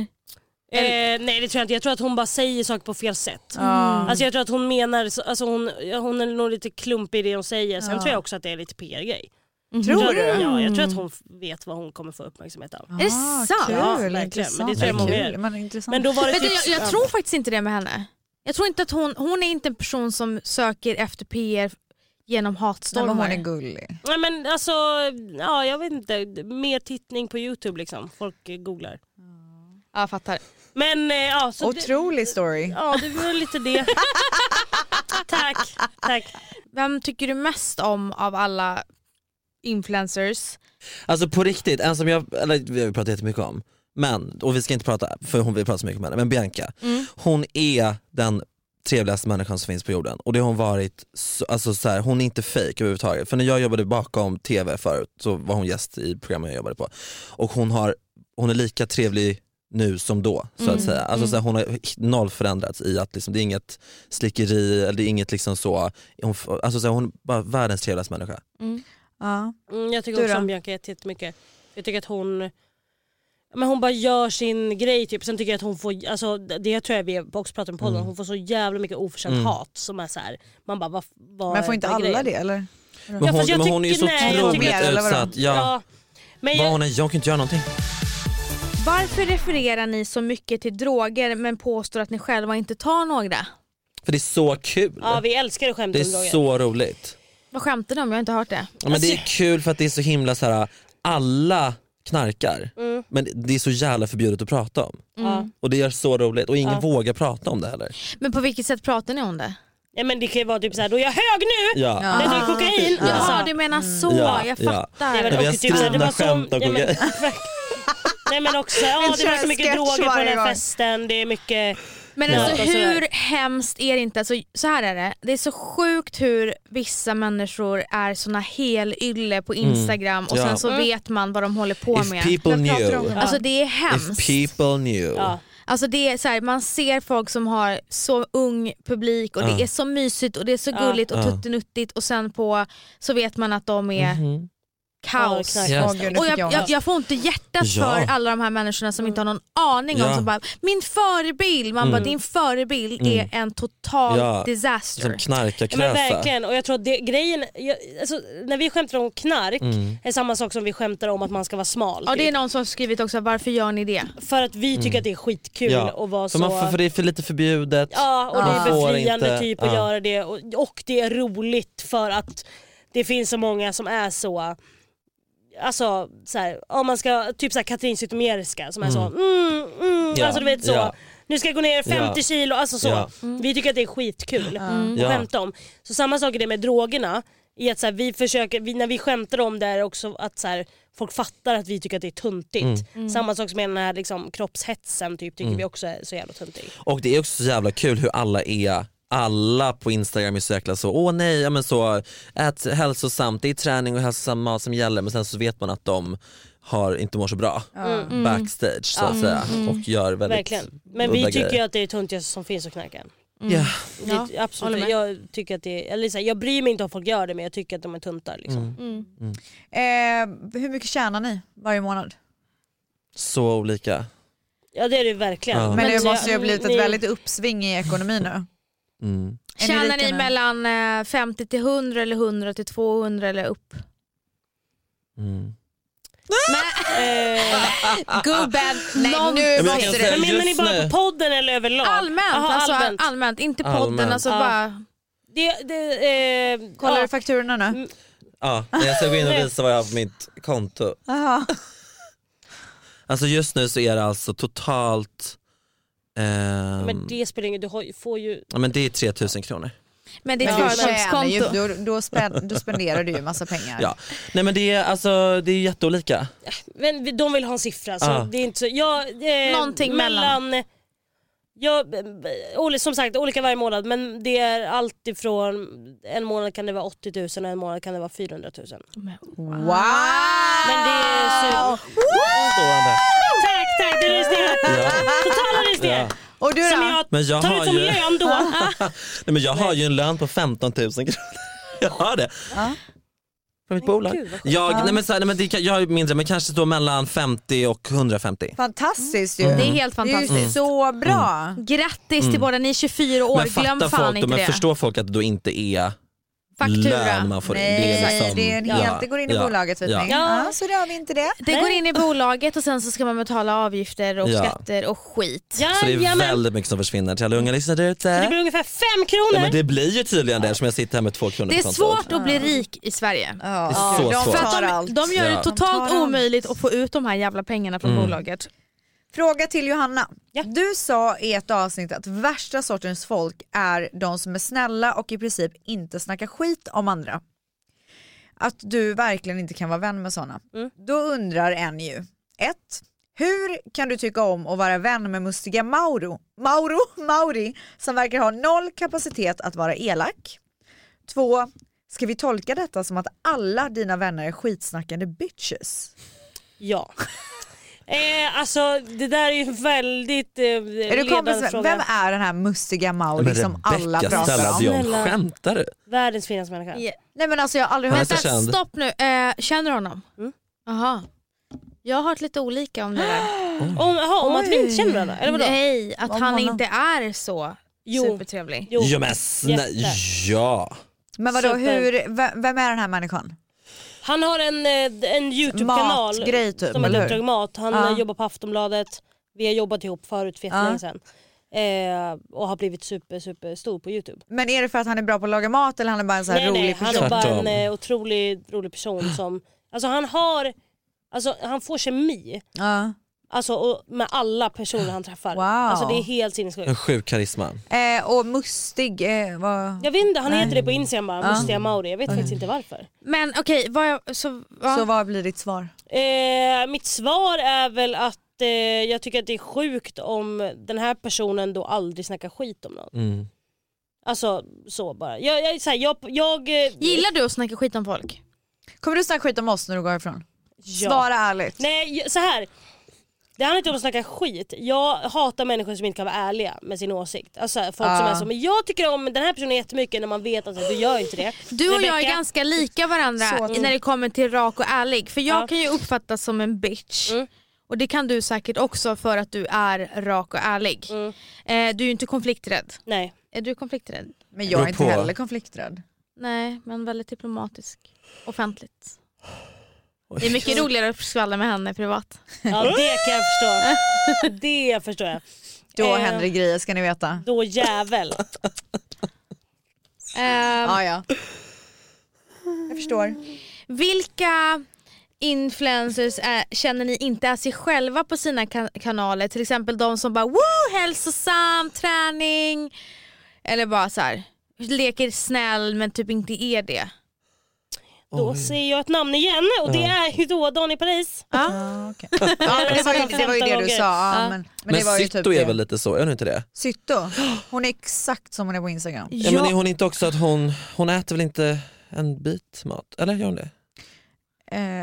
Eh, nej det tror jag inte, jag tror att hon bara säger saker på fel sätt. Alltså jag tror att hon menar, så- alltså hon, ja, hon är nog lite klumpig i det hon säger. Sen
Ja.
tror jag också att det är lite PR-grej.
Tror du?
Ja, jag tror att hon f- vet vad hon kommer få uppmärksamhet av.
Är det
Ah,
sant?
Kul,
Ja, verkligen. Men det
intressant.
tror jag många gör.
Kul, men intressant.
Men då var det
Vet du,
typ,
jag, jag tror faktiskt inte det med henne. Jag tror inte att hon, hon är inte en person som söker efter PR genom
Nej, men
hatstormar.
hon är gullig.
Nej men alltså, ja jag vet inte. Mer tittning på YouTube liksom. Folk eh, googlar.
Ja, jag fattar.
Men eh, ja, så det,
Otrolig story.
ja, det var lite det. tack, tack.
Vem tycker du mest om av alla influencers?
Alltså på riktigt, en som jag, eller vi har ju pratat jättemycket om, men, och vi ska inte prata, för hon vill prata så mycket om henne, men Bianca,
Mm.
hon är den trevligaste människan som finns på jorden och det har hon varit, så, alltså så här, hon är inte fake överhuvudtaget. För när jag jobbade bakom TV förut så var hon gäst i programmet jag jobbade på och hon, har, hon är lika trevlig nu som då så
Mm,
att säga. Alltså, så här, hon har noll förändrats i att liksom, det är inget slickeri eller det är inget liksom så, hon, f- alltså, så här, hon är bara världens trevligaste människa.
Ja.
Mm, jag tycker
Du
också
då?
om Bianca jätte- jättemycket. Jag tycker att hon men hon bara gör sin grej typ. Sen tycker jag att hon får, alltså, det tror jag vi också pratade om på podden,
Mm.
hon får så jävla mycket oförtjänt
Mm.
hat som är så här, man bara vad, vad
Men får
är
inte
den här
alla
grejen?
det eller?
Men
Ja,
hon,
fast jag
men hon är ju så
tycker- nej, jag
otroligt
tycker- Eller vadå?
utsatt. Ja.
Ja. Men
Vad
jag,
hon är, jag kan inte göra någonting.
Varför refererar ni så mycket till droger men påstår att ni själva inte tar några?
För det är så kul.
ja, vi älskar att skämta
det
om
är
droger.
så roligt.
Vad skämtar ni om? Jag har inte hört det.
Ja, men det
Alltså-
är kul för att det är så himla så här. alla knarkar
Mm.
men det är så jävla förbjudet att prata om.
Ja.
Mm.
Och det är så roligt och ingen vågar prata om det heller.
Men på vilket sätt pratar ni om det?
Ja, men det kan ju vara typ så här, då är jag hög nu!
Ja.
Ja. Det är kokain!
Jaha
Alltså.
du menar så,
Ja,
jag
ja.
fattar.
Ja, men,
vi
och
har
typ så här, det
skrivna
var så-
skämt om
ja, men-
kokain.
Nej men också, ja, det
kör
var
en
så mycket
sketch
droger på den
varje gång.
här festen, det är mycket...
Men
Ja.
alltså
Och sådär.
hur hemskt är det inte? Alltså, så här är det, det är så sjukt hur vissa människor är såna helylle på Instagram och
Mm. Ja.
sen så vet man vad de håller på
If
med.
people
Vem pratar om
knew.
det?
Alltså det är
If
hemskt.
people knew.
Ja.
Alltså det är så här, man ser folk som har så ung publik och
Ja.
det är så mysigt och det är så gulligt och
Ja.
tuttinuttigt och sen på så vet man att de är
Mhm.
kaos.
Ja, exakt.
Yes.
Åh gud, nu
Och
fick
jag,
jag
jag,
ångest.
jag får inte hjärtat
Ja.
för alla de här människorna som inte har någon aning om
Ja. Mm.
som bara, min förebild, man bara din förebild är en total
Ja.
disaster.
Som knarkar
Ja, men
kräsa.
verkligen, och jag tror att det, grejen, jag, alltså, när vi skämtar om knark
Mm.
är samma sak som vi skämtar om att man ska vara smal.
Ja, det är
typ.
någon som har skrivit också, varför gör ni det?
För att vi tycker att det är skitkul
Mm. Ja.
att vara
För,
så...
man, får- för det är för lite förbjudet.
Ja, och det
Man får
är befriande
inte-
typ att
ja.
göra det och, och det är roligt för att det finns så många som är så Alltså så här, om man ska, typ såhär Katrin Zytomierska som är så mm, mm,
Ja,
alltså du vet så
ja.
Nu ska jag gå ner 50
Ja.
kilo, alltså så.
Ja.
Vi tycker att det är skitkul att
Ja.
skämta om. Så samma sak är det med drogerna, i att så här, vi försöker, vi, när vi skämtar om det är också att så här, folk fattar att vi tycker att det är tuntigt.
Mm.
Mm.
Samma sak som med den här liksom, kroppshetsen typ, tycker vi också är så jävla tuntig.
Och det är också så jävla kul hur alla är alla på Instagram är så jäkla så, åh nej, ja, men så, ät hälsosamt, det är träning och hälsosam mat som gäller men sen så vet man att de har, inte mår så bra
Mm.
backstage så att säga och gör väldigt
Mm. Verkligen. Mm. Men vi
udda
tycker ju
grejer.
att det är tuntigaste som finns att knacka.
Ja.
Ja,
det, absolut.
håller med.
Jag, tycker att det, eller så här, jag bryr mig inte om folk gör det men jag tycker att de är tuntar.
Mm.
Liksom.
Eh, hur mycket tjänar ni varje månad?
Så olika.
Ja det är det verkligen.
Ja. Men
Men det
så
måste ju
jag-
ha blivit
ni-
ett väldigt uppsving i ekonomin nu.
Mm.
Är ni
Tjänar
rika
ni
nu?
mellan eh, 50 till 100 eller 100 till 200 eller upp?
Mm.
eh,
Go bad,
Ah, Nej, nu
jag
måste
kan
det.
säga-
Men menar ni
Just
bara
nu.
på podden eller överlag?
Allmänt,
Jaha,
alltså, allmänt.
allmänt.
inte podden.
Allmänt.
Alltså,
Ja.
bara,
Det, det, eh,
Kollar
ja.
du fakturorna nu?
Ja, men jag ska gå in och visa vad jag har på mitt konto.
Aha.
Alltså just nu så är det alltså totalt, ehm,
Men det spelar ingen du har, ju- får ju...
ja, men det är 3000 kronor.
men det är
Men
ett
du
Du tjänar ju,
företagskonto.
då, då, spän, då spenderar du ju massa pengar.
Ja. Nej men det är, alltså, det är jätteolika.
Men vi- de vill ha en siffra. Så
Ja.
det är inte så, jag, eh,
Någonting
Jag, eh, oli- som sagt olika varje månad men det är allt ifrån en månad kan det vara 80 000 och en månad kan det vara 400 000.
Wow!
Men det är
Ah.
så,
Stående.
Tack, tack, du lyssnar.
Ja.
Totala lyssningar.
Ja.
Och du
Som
då?
jag,
Men jag
tar
har
ut som
ju-
lön då.
Nej, men jag har ju en lön på 15 000 kronor. Jag har det.
Ja.
Från mitt bolag.
gud, vad skönt.
jag, nej, men så här, nej, men det, kan- jag har ju mindre men kanske då mellan 50 och 150.
Fantastiskt ju.
Det är helt fantastiskt.
Det är ju så bra.
Grattis till båda ni är 24 år,
men
glöm
fattar
fan
folk då,
inte
men
det.
förstår folk att det då inte är lön
Faktura.
man får in?
Nej,
det är, liksom,
en helt, det går in i
ja,
bolagets
ja.
vet
Ja.
ja. ja, så då har vi inte det.
Det går in i bolaget och sen så ska man betala avgifter och
Ja.
skatter och skit.
Så det är
Jajamän.
väldigt mycket som försvinner till alla unga lyssnare där
Det
ute.
blir ungefär 5
Ja,
kronor.
men det blir ju tydligen det som jag sitter här med två kronor
Det
på
är
kontot.
svårt att bli rik i Sverige.
Ja.
är så
de
svårt.
För
tar
att de,
allt.
de gör det
Ja.
totalt
De tar allt.
omöjligt att få ut de här jävla pengarna från bolaget.
Fråga till Johanna.
Ja.
Du sa i ett avsnitt att värsta sortens folk är de som är snälla och i princip inte snackar skit om andra. Att du verkligen inte kan vara vän med sådana. Då undrar en ju, ett, hur kan du tycka om att vara vän med mustiga Mauro, Mauro Mauri som verkar ha noll kapacitet att vara elak? Två, ska vi tolka detta som att alla dina vänner är skitsnackande bitches?
Ja. Eh, alltså det där är ju väldigt eh,
Är du kompis med, vem
fråga.
är den här mustiga Mauri
Men
som Liksom alla
Rebecca
pratar om?
Stella-
Staladion,
Snälla.
skämtar du?
Världens finaste människa.
Ja.
Nej men alltså jag har aldrig
Han
hört
heter
Vänta,
känd.
stopp nu. Eh, känner du honom?
Mm.
Aha. Jag har hört lite olika om det där.
Om, aha, om att vi inte känner varandra? Eller vadå?
Nej, att
Om
han
honom.
inte är så
Jo.
supertrevlig.
Jo.
Ja men snä-
Jätte.
ja.
Men vadå,
Super.
hur, ve- vem är den här människan?
Han har en, eh, en Youtube-kanal
Matgrej typ,
som heter
eller
Uppdrag
hur?
Mat. Han
Ja.
eh, jobbar på Aftonbladet. Vi har jobbat ihop förut för jättelänge
Ja.
sedan. Eh, och har blivit super, super stor på Youtube.
Men är det för att han är bra på att laga mat eller han är bara en så här
nej,
rolig
nej,
person?
Han är bara en
Tvärtom.
eh, otroligt rolig person som... Alltså han har... Alltså han får kemi
Ja.
alltså, och, med alla personer han träffar.
Wow.
Alltså det är helt sinnessjukt.
En sjuk karisma.
Eh, och mustig, eh, vad...
Jag vet inte, han heter det på Instagram bara,
Ja.
Mustiga Mauri. Jag vet faktiskt inte varför.
Men okej, vad jag... Så, va?
så vad blir ditt svar?
Eh, mitt svar är väl att eh, jag tycker att det är sjukt om den här personen då aldrig snackar skit om någon.
Mm.
Alltså så bara. Jag, jag, så här, jag, jag eh,
Gillar du att snacka skit om folk?
Kommer du snacka skit om oss när du går härifrån?
ja.
Svara ärligt.
Nej jag- så här. Det handlar inte om att snacka skit. Jag hatar människor som inte kan vara ärliga med sin åsikt. Alltså så här, folk som
Ah.
är så, men jag tycker om den här personen jättemycket när man vet att alltså, du gör inte det.
Du och jag är
Rebecca?
ganska lika varandra
Så att-
när det kommer till rak och ärlig. För jag
Ja.
kan ju uppfattas som en bitch.
Mm.
Och det kan du säkert också för att du är rak och ärlig.
Mm.
Eh, du är ju inte konflikträdd.
Nej.
Är du konflikträdd?
Men jag är
Beror
inte
på.
heller konflikträdd.
Nej, men väldigt diplomatisk. Offentligt. Det är mycket roligare att skvallra med henne privat.
Ja det kan jag förstå. Det förstår jag.
Då
Eh.
händer det grejer ska ni veta.
Då jävel.
Eh,
Ah, Ja, ja. Jag förstår.
vilka influencers är, känner ni inte är sig själva på sina kan- kanaler? Till exempel de som bara woo hälsosam träning eller bara så här leker snäll men typ inte är det.
Då ser jag ett namn igen och det är ju då Dan i Paris.
Ja, okej. ja, men det, var ju, det var ju det du sa. Ja, men, men
Men,
det var ju
Sitto
typ det.
är väl lite så, är hon inte det?
Sytto, hon är exakt som hon är på Instagram.
Ja, men är hon inte också att hon, hon äter väl inte en bit mat? Eller gör hon det?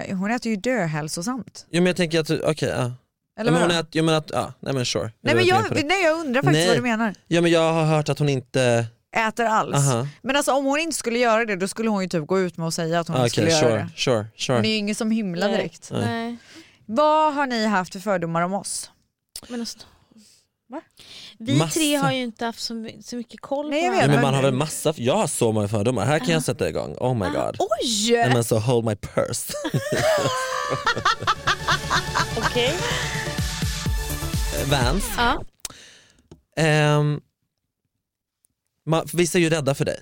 Eh, hon äter ju döhälsosamt.
Jo men jag tänker att, okej ja.
Eller
Ja, men
vadå?
hon äter, jo men att, ja, nej men sure.
nej,
var
men
med på det.
jag, nej jag undrar faktiskt
Nej.
vad du menar.
Ja men jag har hört att hon inte,
Äter alls.
aha.
Men alltså om hon inte skulle göra det då skulle hon ju typ gå ut med att säga att hon
Ah, Okej
inte skulle göra
sure,
det.
sure, sure.
Hon är ju ingen som hymlar
Nej.
direkt.
Nej.
Nej.
Vad har ni haft för fördomar om oss?
Men alltså, Vi
Massa.
tre har ju inte haft så, my- så mycket koll
Nej, jag
på
vet.
Nej, men
men-
man har väl massa, jag har så många fördomar, här kan jag sätta igång, oh my
varandra.
god.
Oj!
Nej, men så hold my purse.
Okej.
Vans,
Ja.
ehm, man, vissa är ju rädda för dig.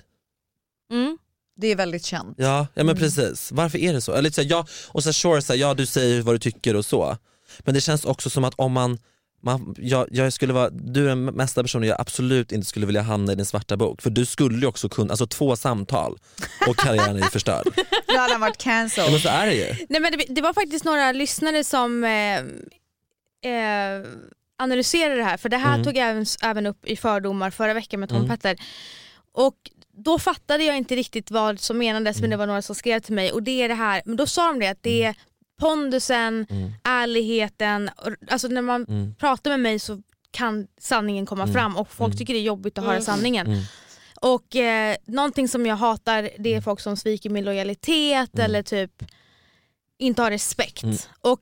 Mm.
Det är väldigt känt.
Ja, ja men precis. Varför är det så? Eller, så här, ja, och så här, sure, så här, ja du säger vad du tycker och så. Men det känns också som att om man, man jag, jag skulle vara, du är den mesta personen jag absolut inte skulle vilja hamna i din svarta bok. För du skulle ju också kunna, alltså två samtal och karriären är förstörd.
Då hade han varit
Ja, men
cancelled.
så är det ju.
Nej, men det, det var faktiskt några lyssnare som eh, eh, analyserade det här för det här
Mm.
tog jag även, även upp i fördomar förra veckan med Tom
Mm.
Petter. Och då fattade jag inte riktigt vad som menades
Mm.
men det var några som skrev till mig och det är det här, men då sa de det att det är pondusen,
Mm.
ärligheten, och- alltså när man
Mm.
pratar med mig så kan sanningen komma
Mm.
fram och folk
Mm.
tycker det är jobbigt att höra
Mm.
sanningen.
Mm.
Och eh, någonting som jag hatar det är folk som sviker min lojalitet
Mm.
eller typ inte har respekt.
Mm.
Och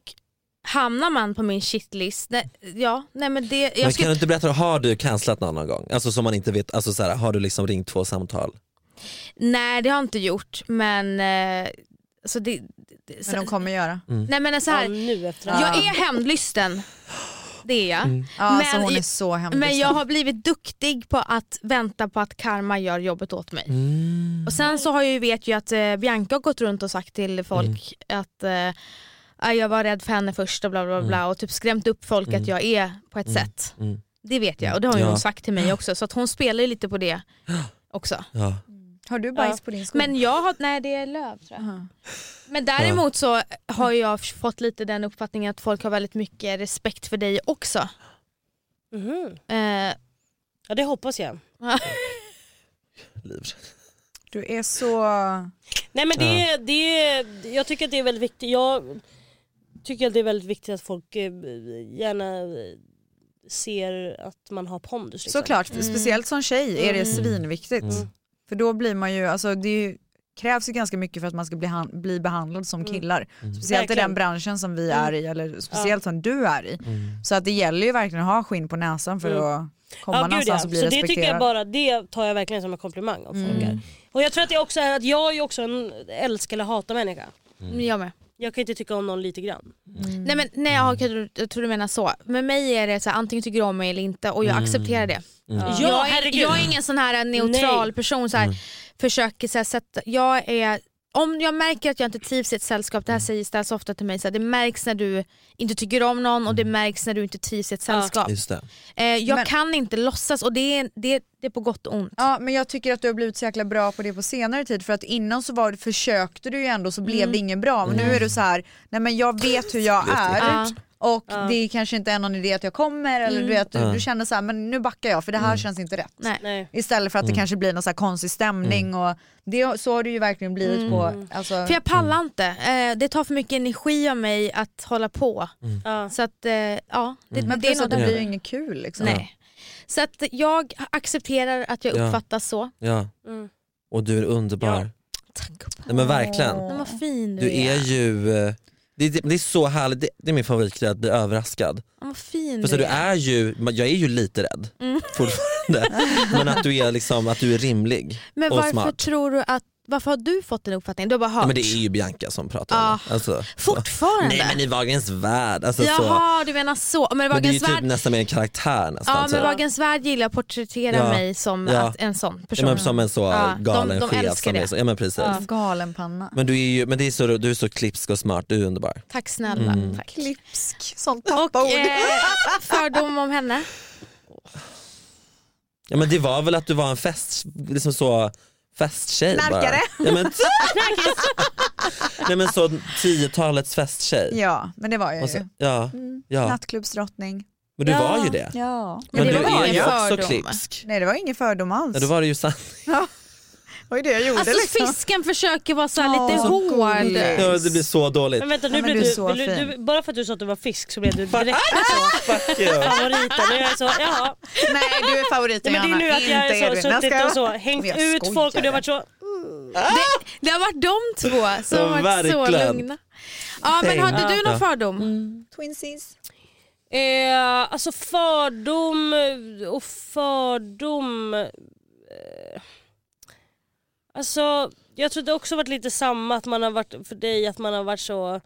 hamnar man på min shitlist, nej, ja, nej men det,
Men
jag
kan du
skulle,
inte berätta, har du cancelat någon någon gång? Alltså som man inte vet, alltså så här, har du liksom ringt två samtal?
nej det har jag inte gjort men, eh, så det, det,
Men de kommer göra.
nej men så
Ja,
här,
nu efter
Ja.
jag är hämndlysten, det är jag.
Mm.
Ja, alltså,
Men
hon är
jag-
så hemlig.
Men jag har blivit duktig på att vänta på att karma gör jobbet åt mig. Och sen så har jag ju vet ju att eh, Bianca har gått runt och sagt till folk
Mm.
att eh, "Ah, jag var rädd för henne först och bla bla bla och typ skrämt upp folk att jag är på ett sätt.
Mm.
Det vet jag och det har ju
Ja.
hon sagt till mig också så att hon spelar ju lite på det också.
Ja.
Har du bajs
Ja.
på din sko?
Men jag har, nej det är löv tror jag.
Aha.
Men däremot så har jag fått lite den uppfattningen att folk har väldigt mycket respekt för dig också.
Mhm.
Eh,
Ja det hoppas jag.
Liv.
Du är så...
Nej men det, det, jag tycker att det är väldigt viktigt. Jag tycker att det är väldigt viktigt att folk eh, gärna eh, ser att man har pondus. Liksom.
Såklart, för
Mm.
speciellt som tjej är det
Mm.
svinviktigt.
Mm.
För då blir man ju, alltså det är ju, krävs ju ganska mycket för att man ska bli, han, bli behandlad som
Mm.
killar.
Mm.
Speciellt i
Verkligen. Mm.
den branschen som vi är i eller speciellt som du är i.
Mm.
Så att det gäller ju verkligen att ha skinn på näsan för
Mm.
att komma någonstans och bli
Så det
alltså respekterad.
tycker jag bara, det tar jag verkligen som en komplimang av folk. här.
Mm.
Och jag tror att det också är att jag är ju också en älska eller hata människa.
Mm.
jag med.
Jag kan inte tycka om någon lite grann.
Mm.
Nej men nej, jag, har- jag tror du menar så. Med mig är det så här, antingen tycker du om mig eller inte och jag
Mm.
accepterar det.
Ja,
jag, är,
herregud.
jag är ingen sån här neutral
Nej.
person. Så här,
Mm.
försöker så här, sätta, jag är, om jag märker att jag inte trivs i ett sällskap, det här sägs det här så ofta till mig, så här, det märks när du inte tycker om någon och det märks när du inte trivs i ett
Ja.
sällskap.
Just det.
Eh, jag
Men-
kan inte låtsas och det är, det, det är på gott och ont.
Ja men jag tycker att du har blivit så jäkla bra på det på senare tid för att innan så var, det- försökte du ju ändå så
Mm.
blev det inget bra men nu är du så här, nej men jag vet hur jag är
Ja.
och det är kanske inte är någon idé att jag kommer eller
Mm.
du vet, du,
Ja. Mm.
du känner så här, men nu backar jag för det här känns inte rätt.
Nej.
Nej.
Istället för att det kanske blir någon så här konstig stämning
Mm.
och det, så har du ju verkligen blivit
Mm.
på, alltså,
För jag pallar inte, eh, det tar för mycket energi av mig att hålla på.
Ja.
Så att, eh, ja, det,
men
det är
plus
nog
att det
den-
blir ju inget kul liksom.
Nej. Så att jag accepterar att jag
Ja.
uppfattas så.
Ja.
Mm.
Och du är underbar.
Ja.
Tack
Nej, men verkligen.
Men vad fin du,
Du
är.
är ju, eh, det, det, det är så härligt, det, det är min favoritgrej att bli överraskad.
Ja, vad fin
För så du är ju, jag är ju lite rädd
Mm.
fortfarande men att du är liksom, att du är rimlig.
Men
och
varför
smart.
tror du att, varför har du fått den uppfattningen? Du har bara hört?
Ja, men det är ju Bianca som pratar om det. Alltså, så.
Fortfarande?
Nej men i Wagens värld. Alltså, så.
Jaha du menar så, men
Men det är ju
Vagens
typ
värld
nästan mer en karaktär nästan.
Ja
typ.
men Vagens Värld gillar att porträttera
Ja.
mig som
Ja.
att, en sån
Ja,
person.
men som en så
Ja,
galen
de- de
chef.
älskar
Som är
det.
så, ja, men precis.
Galen panna.
Men, du är ju, men det är så, du är så klipsk och smart, du är underbar.
Tack snälla.
Mm.
Tack.
Klipsk, sånt
Och
pappaord.
eh, fördom om henne?
Ja, men det var väl att du var en fest, liksom så, festtjej
Knarkare.
bara. Ja, men, Nej men så 10-talets festtjej.
Ja men det var jag
Och så,
ju. Mm.
ja, ja.
Nattklubbsdrottning.
Men du
Ja.
var ju det.
Ja.
Men
Men,
det
du
var
är
ju
ju
fördomar.
också klipsk.
Nej det var ingen fördom alls.
Ja, då var det ju sant.
Det var ju det jag gjorde
Alltså
liksom.
fisken försöker vara så här
Åh,
lite
så
hård.
gullig.
Ja, det blir så dåligt.
Men vänta nu
Ja, men
blev
du är
du,
så
vill du, du,
fin.
bara för att du sa att du var fisk så blev du direkt
Fuck you.
favoriten. Och jag är så, jaha.
Nej du är
Nej,
favoriten
men det är nu
Johanna,
att jag
inte
är
Edvin.
så
Jag
suttit
ska-
och så hängt
Men jag
ut folk och du
skojade.
har varit så,
Det har varit de två som har varit så
Verkligen.
lugna. Ja, men hade
Same.
du någon
Ja.
fördom?
Twinsies.
Eh, alltså fördom och fördom. Eh, alltså jag tror det har också varit lite samma att man har varit för dig att man har varit så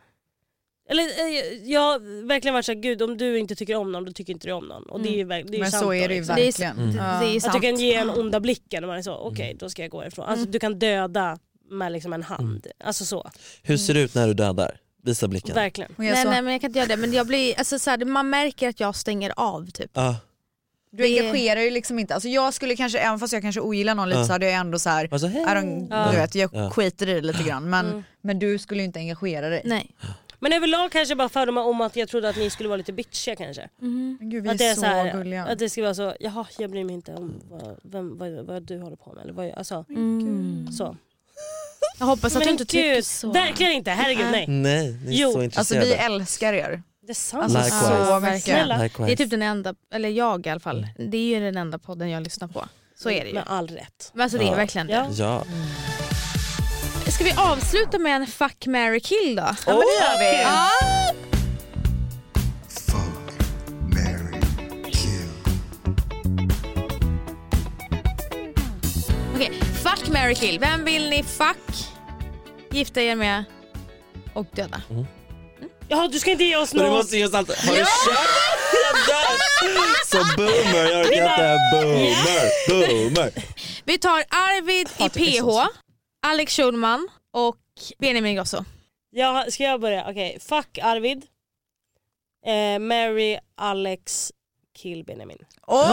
eller eh, jag har verkligen varit såhär, gud om du inte tycker om någon då tycker inte du om någon. Och det är ju, verk- det är ju
Mm. Men
sant
så är
då,
det ju
liksom.
Det är,
verkligen. Mm.
Mm.
det,
Ja.
det är sant.
Att du kan ge en onda blicken och man är så, okej då ska jag gå ifrån. Alltså du kan döda med liksom en hand. Alltså så,
Hur ser det ut när du dödar? Visa blicken.
verkligen.
Och jag
Nej,
sa,
nej men jag kan inte göra det men jag blir, alltså, så här, man märker att jag stänger av typ.
Ja,
Du
Det-
engagerar ju liksom inte. Alltså jag skulle kanske, även fast jag kanske ogillar någon lite
Ja.
så hade jag ändå så här, I
alltså, hej.
don't,
Ja.
du vet, jag
Ja.
skiter i det lite grann. Men,
Mm.
men du skulle ju inte engagera dig.
Nej.
Men överlag kanske bara fördomar om att jag trodde att ni skulle vara lite bitchiga kanske.
Men gud vi är,
att det är
så,
så här,
gulliga.
Att det ska vara så, jaha jag bryr mig inte om vad, vem, vad, vad du håller på med. Eller vad, jag- alltså,
Mm.
så.
Jag hoppas att du inte tycker så.
verkligen inte, herregud nej.
Nej, ni är
Jo,
alltså
så intresserade.
vi älskar er.
Det är sant.
Alltså, Likewise.
Så
verkligen.
mycket.
Snälla.
Det är
Likewise.
typ den enda, eller jag i alla fall, det är ju den enda podden jag lyssnar på. Så är det ju.
Med all rätt.
Men alltså det är
Ja.
verkligen det.
Ja.
Ja.
Ska vi avsluta med en fuck, marry, kill då?
Ja men det gör vi.
Ja.
Fuck, Mary, kill.
Okej, fuck, marry, kill. Vem vill ni fuck, gifta er med och döda?
Jaha du ska inte ge oss
Men du
något.
måste ge oss allt. Har du köpt Så boomer, jag orkar inte. Boomer, boomer.
Vi tar Arvid i PH, Alex Schulman och Benjamin Ingrosso.
Ja, ska jag börja? Okej, fuck Arvid. Eh, Mary, Alex, kill Benjamin.
Oj!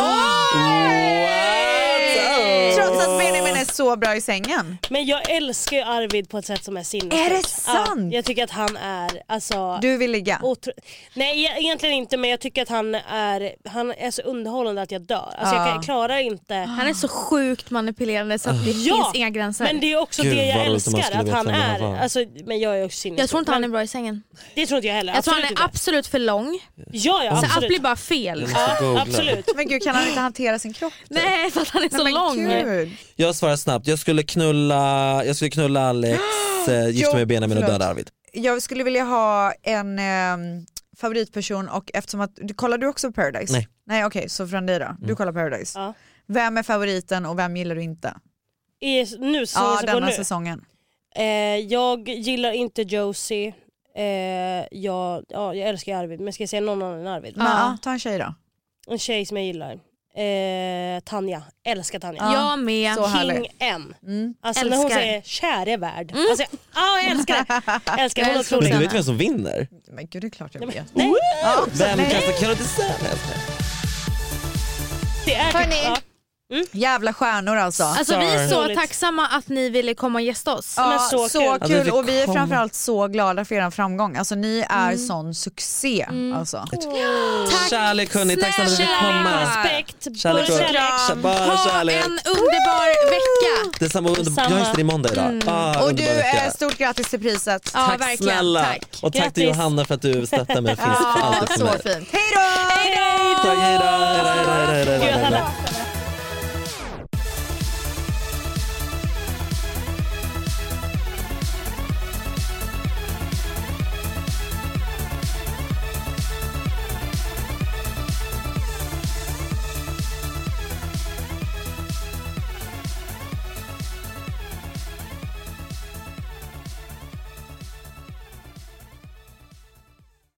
Trots att Benjamin är så bra i sängen.
Men jag älskar ju Arvid på ett sätt som är sinnessjukt.
Är det
Ja,
sant?
jag tycker att han är alltså...
Du vill ligga.
Otro... Nej e- egentligen inte men jag tycker att han är, han är så underhållande att jag dör. Alltså
Ja.
Ah.
jag kan, klarar inte.
Han är så sjukt manipulerande så att det
Ja,
finns inga gränser.
Men det är också
Gud,
det jag
vad roligt om man
älskar
skulle
att
veta
han
vem han
är.
var.
alltså, men jag är också sinnessjuk.
jag tror inte han är
Men
bra i sängen.
Det tror inte jag heller.
Jag tror han
absolut
är
inte.
absolut för lång.
Ja, ja
Så allt
absolut.
blir bara fel.
Ja,
googla.
absolut.
Men gud kan han inte hantera sin kropp? typ?
Nej för att han är så
Nej,
lång.
men gud.
Jag svarar snabbt, jag skulle knulla, jag skulle knulla Alex, eh, gifta mig med Benjamin och
förlåt.
döda Arvid.
Jag skulle vilja ha en ehm, favoritperson och eftersom att, du, kollar du också på Paradise?
Nej.
Nej Mm. okej, så från dig då, du kollar Paradise.
Ja.
Vem är favoriten och vem gillar du inte?
I, nu så,
ja
så går
denna
nu.
säsongen.
Eh, jag gillar inte Josie. Eh, jag, ja, jag älskar Arvid men ska jag säga någon annan än Arvid?
Men, ja, ta en tjej då.
En tjej som jag gillar. Eh, Tanja. Älskar Tanja.
Ja.
Jag med.
Så härlig.
King N.
Mm.
Alltså när hon
Älskar.
säger käre värld. Alltså, jag- ja, jag älskar det. Jag älskar hon är
Jag älskar
otrolig.
Men
Tjena.
du vet vem som vinner?
Men gud det är klart jag
Nej,
vet.
men- Nej,
Ja,
Vem
nej.
kastar kan du inte säga? Nej, jag skojar.
det är
Hörni.
typ, ja.
Jävla stjärnor alltså.
Alltså vi är så
Roligt.
tacksamma att ni ville komma och gästa oss.
Ja,
men så
så,
kul.
kul,
Att vi fick
och vi är
komma.
framförallt så glada för er framgång. Alltså ni är
Mm.
sån succé alltså.
Kärlek hörni, tack snälla för att vi fick
Snälla.
komma.
Respekt.
Kärlek,
Bara
och-
kärlek.
bara
Ha
kärlek.
en underbar vecka.
Detsamma, under...
Detsamma.
ja just det, det är måndag idag. Ah,
Och
underbar
du,
vecka.
eh, stort grattis till priset.
Ja
Tack
verkligen.
snälla.
Tack.
Och tack till
Grattis.
Johanna för att du stöttar mig och finns för
Ja,
alltid för
så
mig.
fint. Hej då!
Tack, hej då, hej då, hej då, hej då, hej då,
Gud,
hej då.
Hanna.